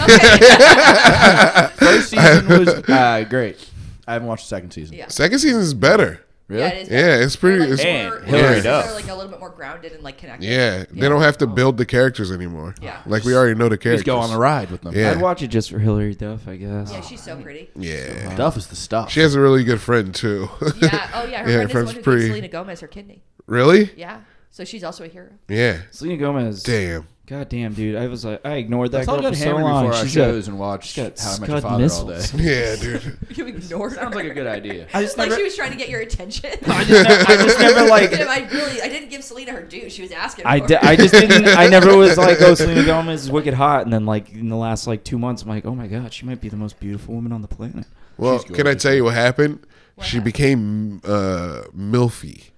First season was uh, great. I haven't watched the second season. Yeah. Second season is better. Really? Yeah, it is Yeah, it's pretty. They're, like, it's, And more- they're Hillary like- Duff. They're like a little bit more grounded and like connected. yeah, they don't have to build the characters anymore. Oh. Yeah. like we already know the characters. Just go on the ride with them. Yeah. I'd watch it just for Hillary Duff, I guess. Yeah, she's so pretty. Yeah, Duff is the stuff. she has a really good friend too. Yeah. Oh yeah. Her Yeah, friend is the friend's one who pretty. gave Selena Gomez her kidney. really? Yeah. So she's also a hero. Yeah. Selena Gomez. Damn. God damn, dude. I was like, I ignored that I thought girl I got for so hammered long. before our She's shows a, and watched she's got How I Met Your Scud Father all missiles. day. Yeah, dude. You ignored her. Sounds like a good idea. I just like never, she was trying to get your attention. I just never, I just never like. Damn, I really, I didn't give Selena her due. She was asking. I, for di- it. I just didn't. I never was like, oh, Selena Gomez is wicked hot, and then like in the last like two months, I'm like, oh my god, she might be the most beautiful woman on the planet. Well, She's can I gorgeous. tell you what happened? What she happened? became uh, milfy.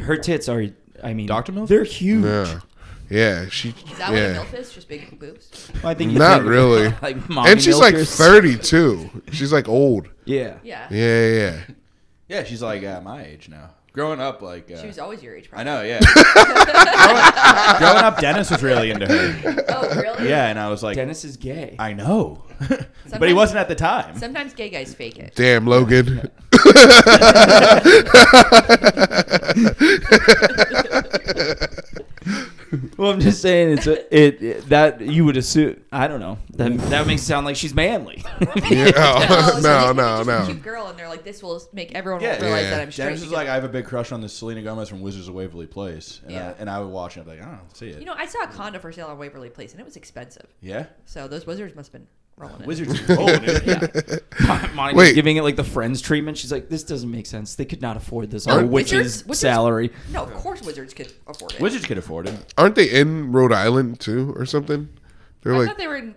Her tits are, I mean, Dr. Milf? They're huge. Yeah. Yeah. She. Is that Yeah. what a MILF is? Just big boobs? I think you Not think- really. Like mommy And she's like milkers. thirty-two. She's like old. Yeah. Yeah. Yeah, yeah. yeah. Yeah, she's like uh, my age now. Growing up, like uh, She was always your age, I probably. know, yeah. growing, growing up, Dennis was really into her. Oh, really? Yeah, and I was like, Dennis is gay. I know, but he wasn't at the time. Sometimes gay guys fake it. Damn, Logan. Well, I'm just saying it's a, it, it- that you would assume. I don't know. That that makes it sound like she's manly. Yeah. Oh, so No, they no, think it's just a no. Cute girl, and they're like, this will make everyone Yeah. realize Yeah. that I'm straight. Dennis was because- like, I have a big crush on this Selena Gomez from Wizards of Waverly Place, and, Yeah. I, and I would watch it. I'd be like, I don't see it. you know, I saw a condo for sale on Waverly Place, and it was expensive. yeah, So those wizards must have been rolling. It. Wizards. Is old, dude. Monica's Wait. giving it like the Friends treatment. She's like, this doesn't make sense. They could not afford this Aren't- on a witch's Wizards- wizards- salary. No, of course wizards could afford it. Wizards could afford it. Aren't they in Rhode Island too, or something? They're I like thought they were in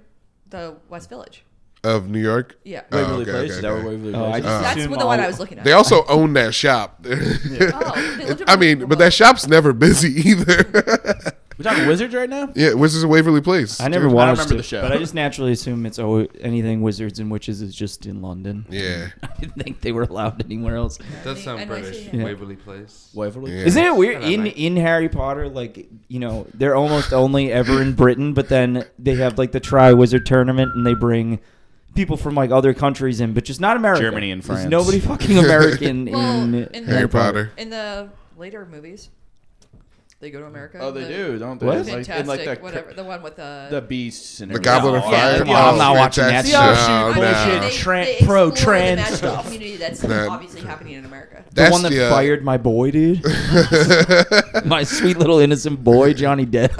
the West Village. of New York. Yeah. Oh, Waverly okay, Place. okay, Is that where okay. Waverly Oh, I Place? is? just- That's assume the one all- I was looking at. Uh, Oh, They also own that shop. they lived I in mean, Waverly but that shop's never busy either. We're talking Wizards right now. yeah, Wizards of Waverly Place. I never I watched remember it, the show. but I just naturally assume it's always, anything wizards and witches is just in London. Yeah. I didn't think they were allowed anywhere else. That sounds NYC, British. yeah. Waverly Place. Waverly. Yeah. Oh, Isn't it weird I don't in like- in Harry Potter? Like you know, they're almost only ever in Britain, but then they have like the Tri Wizard Tournament, and they bring people from like other countries in, but just not America. Germany and There's France. nobody fucking American Well, in, in Harry Potter. In the later movies, they go to America. Oh, they The do, don't they? What? It's Like, Fantastic, in like the, whatever. The one with uh, the the. beasts and The everything. Goblet Yeah, of Fire. yeah, Oh, I'm not yeah. watching that that's- shit. no, Oh, no. bullshit. Tran- they explore pro the trans magical stuff. community that's Nah. obviously happening in America. The That's one that the, uh, fired my boy, dude. my sweet little innocent boy, Johnny Depp.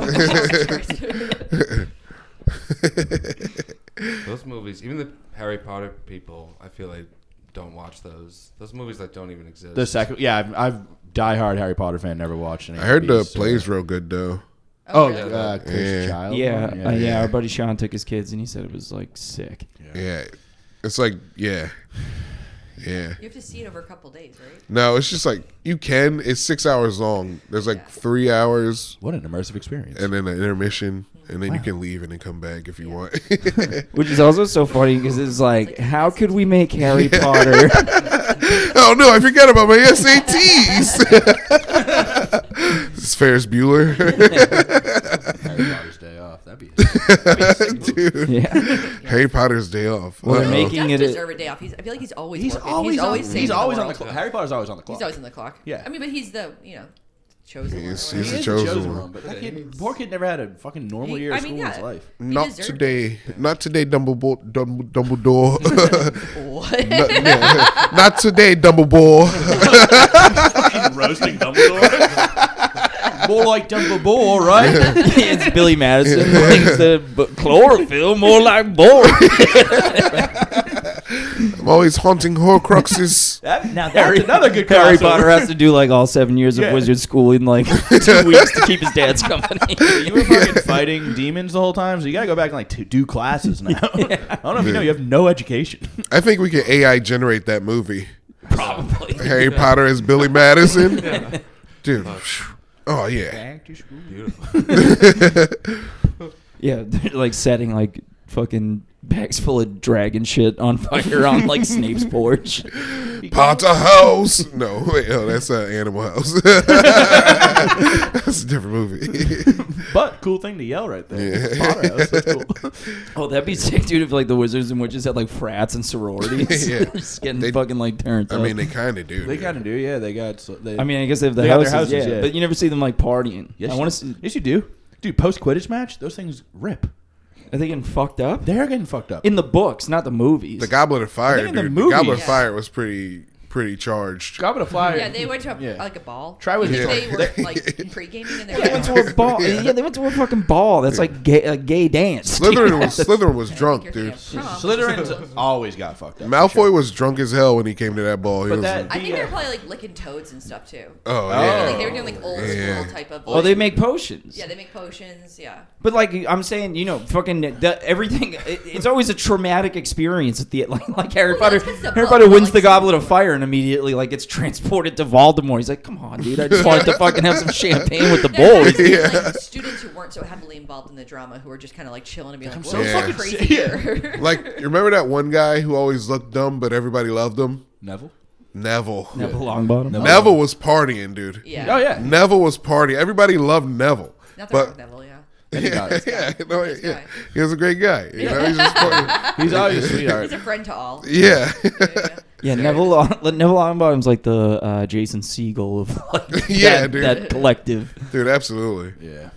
Those movies, even the Harry Potter people, I feel like don't watch those. Those movies like don't even exist. The second, yeah, I've, I've diehard Harry Potter fan, never watched any. I heard the uh, beasts or- play's real good though. Oh, really? uh, Cursed Yeah. Child. yeah, one? yeah, uh, yeah. Our buddy Sean took his kids, and he said it was like sick. Yeah. It's like yeah. Yeah. You have to see it over a couple days, right? No, it's just like you can. It's six hours long. There's like three hours What an immersive experience. and then an intermission, and then you can leave and then come back if you want. Which is also so funny because it's like, how could we make Harry Potter? oh no, I forgot about my SATs. it's Ferris Bueller, Harry Potter's Day Off. That'd be. dude. yeah. Harry Potter's Day Off. Well, they're Uh-oh. making- Does it a- deserve a day off. He's, I feel like he's always. He's working. always, he's always on, saving he's always the on the world. clock. Harry Potter's always on the clock. He's always on the clock. Yeah. I mean, but he's the you know chosen. one or He's, whatever. He he's the is chosen, one. but that kid, poor kid, never had a fucking normal He- year of I school mean, in yeah. his life. He Not deserved it. today. Not today, Dumbledore. Dumb- Dumbledore. What? not, yeah. Not today, Dumbledore. roasting Dumbledore. more like Dumbo Boy, right? it's Billy Madison. Thinks that bu- chlorophyll more like boring. I'm always haunting Horcruxes. now that's another good Harry crossover. Potter has to do like all seven years Yeah. of wizard school in like two weeks to keep his dad's company. You were fucking fighting demons the whole time, so you gotta go back and like to do classes now. I don't know if you know, you have no education. I think we can AI generate that movie. Probably. Harry Potter as Billy Madison. Dude. phew. Oh yeah. Back to school. Beautiful. Yeah, they're like setting like fucking bags full of dragon shit on fire on like Snape's porch. Potter House. No, wait, no, that's uh, Animal House. that's a different movie. But cool thing to yell right there. Potter house, that's cool. Oh, that'd be sick, dude, if like the wizards and witches had like frats and sororities. Yeah. Just getting They- fucking like turned I up. mean, they kind of do. They dude. kind of do, yeah. They got. so- They, I mean, I guess they have the They got their houses, houses, yeah, yeah. But you never see them like partying. yes, I you- want to see. Yes, you do, dude. Post Quidditch match, those things rip. Are they getting fucked up? They're getting fucked up. in the books, not the movies. The Goblet of Fire, think in the dude. The, movie- Goblet of Yeah. Fire was pretty pretty charged. Goblet of Fire. Yeah, they went to a, Yeah. like a ball. Try with Even me. if They were like pre-gaming and they they went were to a ball. Yeah. they went to a fucking ball. That's like gay, a gay dance. Slytherin was Slytherin was drunk, dude. Slytherin's always got fucked up. for Malfoy sure. was drunk as hell when he came to that ball. He But was that- like, I think they Yeah. were probably like licking toads and stuff too. oh Yeah, yeah, like they were doing like old Yeah. school type of. Oh, they like- make potions. Yeah, they make potions. Yeah. But like I'm saying, you know, fucking the, everything. It, it's always a traumatic experience at the like, like Harry Well, Potter. that's 'cause the Harry book, Potter wins like, the Goblet of Fire and immediately like gets transported to Voldemort. He's like, come on, dude, I just wanted to fucking have some champagne with the No, no, boys. no, Yeah. like, students who weren't so heavily involved in the drama who were just kind of like chilling and being like, I'm "Well, so this is fucking crazy." sick. here." Like you remember that one guy who always looked dumb but everybody loved him? Neville. Neville. Neville Longbottom. Neville was partying, dude. yeah. Oh yeah. Neville was partying. Everybody loved Neville. Not that But Neville, yeah. yeah, yeah, no, Nice yeah. guy. he was a great guy. You know, he's just partying. He's always a sweetheart. He's a friend to all. yeah, Yeah. Yeah, Neville Long, Neville Longbottom's like the uh, Jason Siegel of like Yeah, that, dude. that collective. dude, absolutely. Yeah.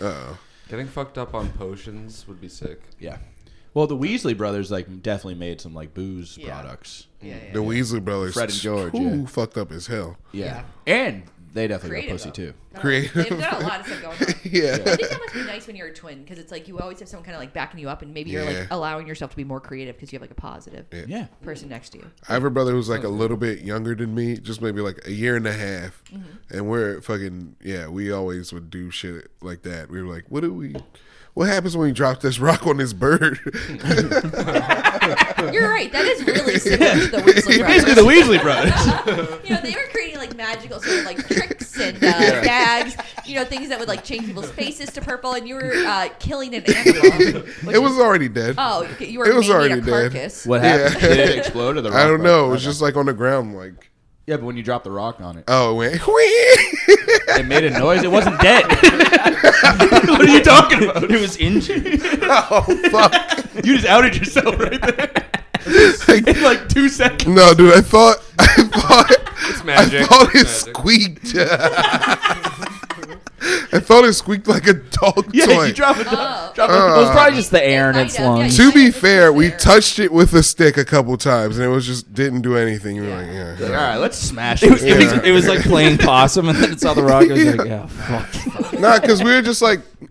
Uh-oh. Getting fucked up on potions would be sick. Yeah. Well, the Weasley brothers like definitely made some like booze Yeah. products. Yeah, yeah. The Weasley brothers, Fred and George, too yeah. fucked up as hell. Yeah. And they definitely Creative, got pussy though. too. Not a- Creative. They've got a lot of stuff going on. I Yeah, think that must be nice when you're a twin because it's like you always have someone kind of like backing you up and maybe you're Yeah. like allowing yourself to be more creative because you have like a positive Yeah. person next to you. I have a brother who's like a little bit younger than me, just maybe like a year and a half, Mm-hmm. and we're fucking yeah. We always would do shit like that. We were like, what do we? What happens when we drop this rock on this bird? You're right. That is really similar to the Basically, Weasley brothers. the Weasley brothers. you know, they were creating like magical sort of like tricks and uh, bags. You know, things that would like change people's faces to purple, and you were uh, killing an animal. which it was is- already dead. oh, you- you were it was making already a dead. carcass. What Yeah. happened? Did it explode or the rock? I don't broke? know. It was just like on the ground, like Yeah, but when you drop the rock on it, oh, it went. whee! it made a noise. It wasn't dead. what are you talking about? It was injured. oh fuck! You just outed yourself right there. Like, Like two seconds. no, dude. I thought. I thought. It's magic. I thought it It's magic. squeaked. I thought it squeaked like a dog Yeah, toy. you drop it. Oh. Drop it. it Uh. was probably just the air in Might its have, yeah, lungs. you might to be have been fair, we there. touched it with a stick a couple times, and it was just didn't do anything. You were like, yeah, All yeah. right, let's smash It was, this. it, was, Yeah. it was like playing possum, and then it saw the rock. It was like, Yeah. yeah, fuck. nah, because we were just like,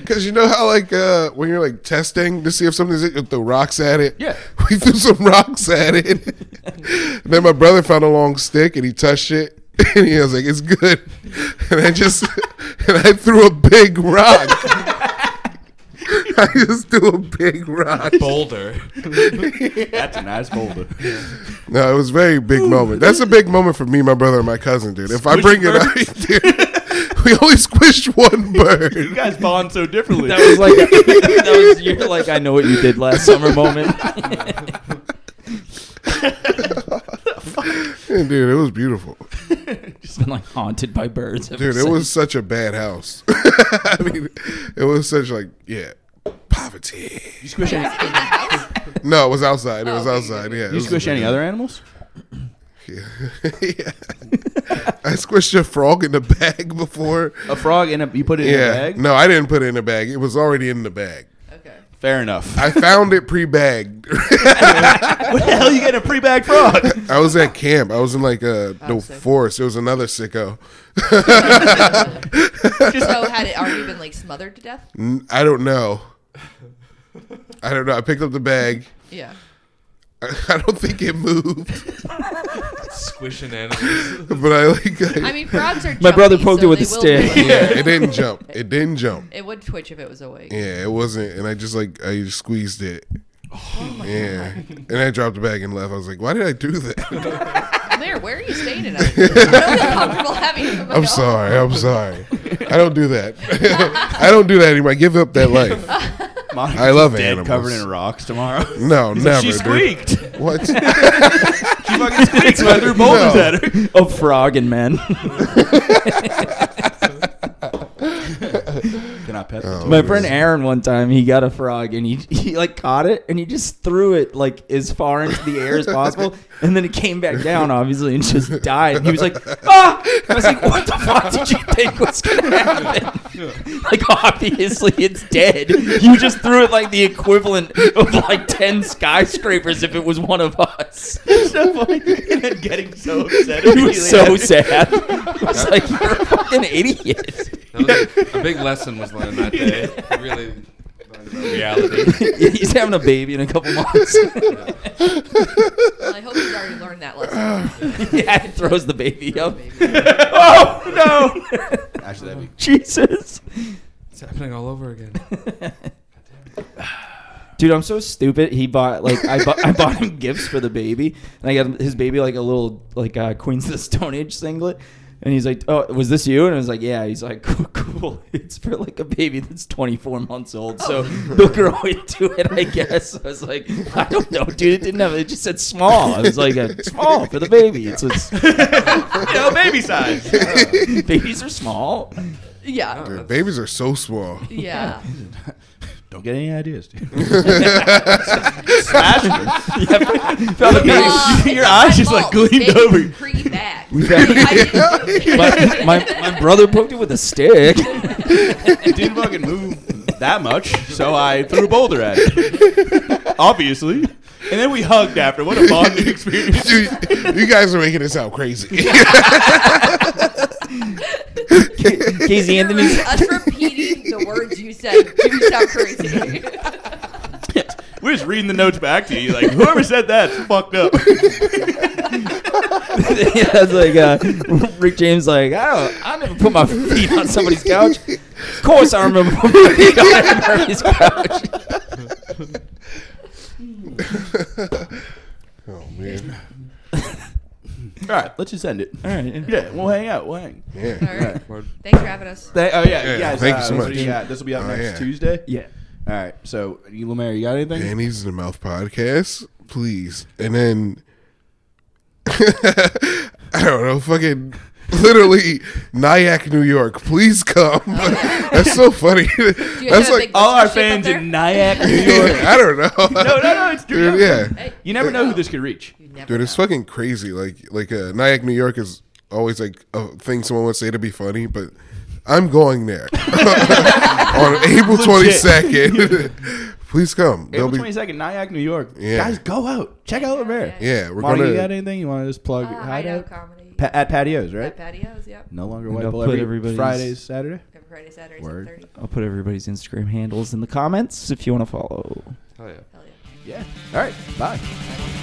because you know how like uh, when you're like testing to see if something's if the rocks at it. Yeah. we threw some rocks at it. And then my brother found a long stick and he touched it. And he was like, "It's good," and I just and I threw a big rock. I just threw a big rock. Boulder. That's a nice boulder. No, it was a very big moment. That's a big moment for me, my brother, and my cousin, dude. If I bring it up, dude, we only squished one bird. guys bond so differently. That was like that was you're like I know what you did last summer moment. Yeah, dude, it was beautiful. Just been like haunted by birds. Ever Dude, it since. was such a bad house. I mean, it was such like, yeah, poverty. you squish any, In the house? No, it was outside. It was Oh, okay. outside. Yeah. it you was- squish any other animals? Yeah. Yeah. I squished a frog in the bag before. A frog in a you put it in a Yeah. bag. No, I didn't put it in the bag. It was already in the bag. Okay. Fair enough. I found it pre-bagged. what the hell you getting a pre-bag frog? I was at camp. I was in like uh, Oh, the sick. forest. It was another sicko. so had it already been like smothered to death? N- I don't know. I don't know. I picked up the bag. Yeah. I, I don't think it moved, Squishing animals. but I like. I, I mean, frogs are. My brother jumpy, poked so it with they a will stick. move. yeah, it didn't jump. It didn't jump. It would twitch if it was awake. Yeah, it wasn't. And I just like I just squeezed it. Oh yeah, and I dropped the bag and left. I was like, "Why did I do that?" Mayor, where are you staying tonight? I don't feel comfortable having you. in my I'm home. sorry. I'm sorry. I don't do that. I don't do that anymore. I give up that life. Monica's I love dead, animals. covered in rocks tomorrow. No, never. she dude. squeaked. What? It's my threw boulders No. at her. Of frog and men. Can I pet Oh, the my it friend was- Aaron one time he got a frog and he he like caught it and he just threw it like as far into the air as possible and then it came back down obviously and just died. And he was like, ah! I was like, what the fuck did you think was gonna happen? like obviously it's dead. You just threw it like the equivalent of like ten skyscrapers if it was one of us. and then getting so upset. He was so sad. I was like, you're a fucking idiot. That was a, a big lesson was learned that day. Really learned about reality. He's having a baby in a couple months. Well, I hope he's already learned that lesson. yeah, it throws the baby up. Maybe. oh no! Actually, that'd be Jesus, It's happening all over again. dude, I'm so stupid. He bought like I bought I bought him gifts for the baby, and I got him- his baby like a little like uh, Queens of the Stone Age singlet. And he's like, "Oh, was this you?" And I was like, "Yeah." He's like, "Cool, cool. It's for like a baby that's 24 months old, so Oh. they'll grow into it, I guess." I was like, "I don't know, dude. It didn't have. It just said small. I was like, a, small for the baby. It's just, no baby size. babies are small. Yeah. Dude, babies are so small. Yeah. Don't get any ideas, dude. Found a baby. Uh, Your eyes it's my just, like, fault. gleamed Baby over. Pre that. my, my, my brother poked it with a stick. It didn't fucking move that much, so I threw a boulder at it. Obviously. And then we hugged after. What a bonding experience. Dude, you guys are making this sound crazy. Casey Anthony's. Us repeating the words you said do sound crazy. We're just reading the notes back to you. Like, whoever said that's fucked up. yeah, that's like uh, Rick James. Like I don't. I never put my feet on somebody's couch. Of course, I remember putting my feet on Eddie Murphy's couch. oh man. All right, let's just end it. All right. Yeah, we'll hang out. We'll hang. All Yeah. right. Word. Thanks for having us. Thank, oh, yeah. Yeah, you guys, thank uh, you so this will much. be out- This will be out Oh, next yeah. Tuesday. Yeah. All right. So, you, Lemaire, you got anything? Danny's in the mouth podcast, please. And then I don't know, fucking literally Nyack, New York, please come. That's so funny. you That's have a like big- All our Ship up fans there? in Nyack, New York. I don't know. no, no, no. It's Dude, Dude, yeah. Hey, You never know who this could reach. you never Dude, know. it's fucking crazy. Like like uh Nyack, New York is always like a thing someone would say to be funny, but I'm going there on April twenty second. Please come. They'll April be 22nd, Nyack, New York. Yeah. Guys, go out. Check out Lemaire. yeah. We're Marty, you got gonna anything you want to just plug? Uh, hideout? hideout comedy. Pa- at Patios, right? At patios, yep. No longer And white I'll people put every everybody's- Fridays, Saturday. Every Friday, Saturday, Word. 7.30. I'll put everybody's Instagram handles in the comments if you want to follow. Hell yeah. Hell yeah. Yeah. All right. Bye. I love it.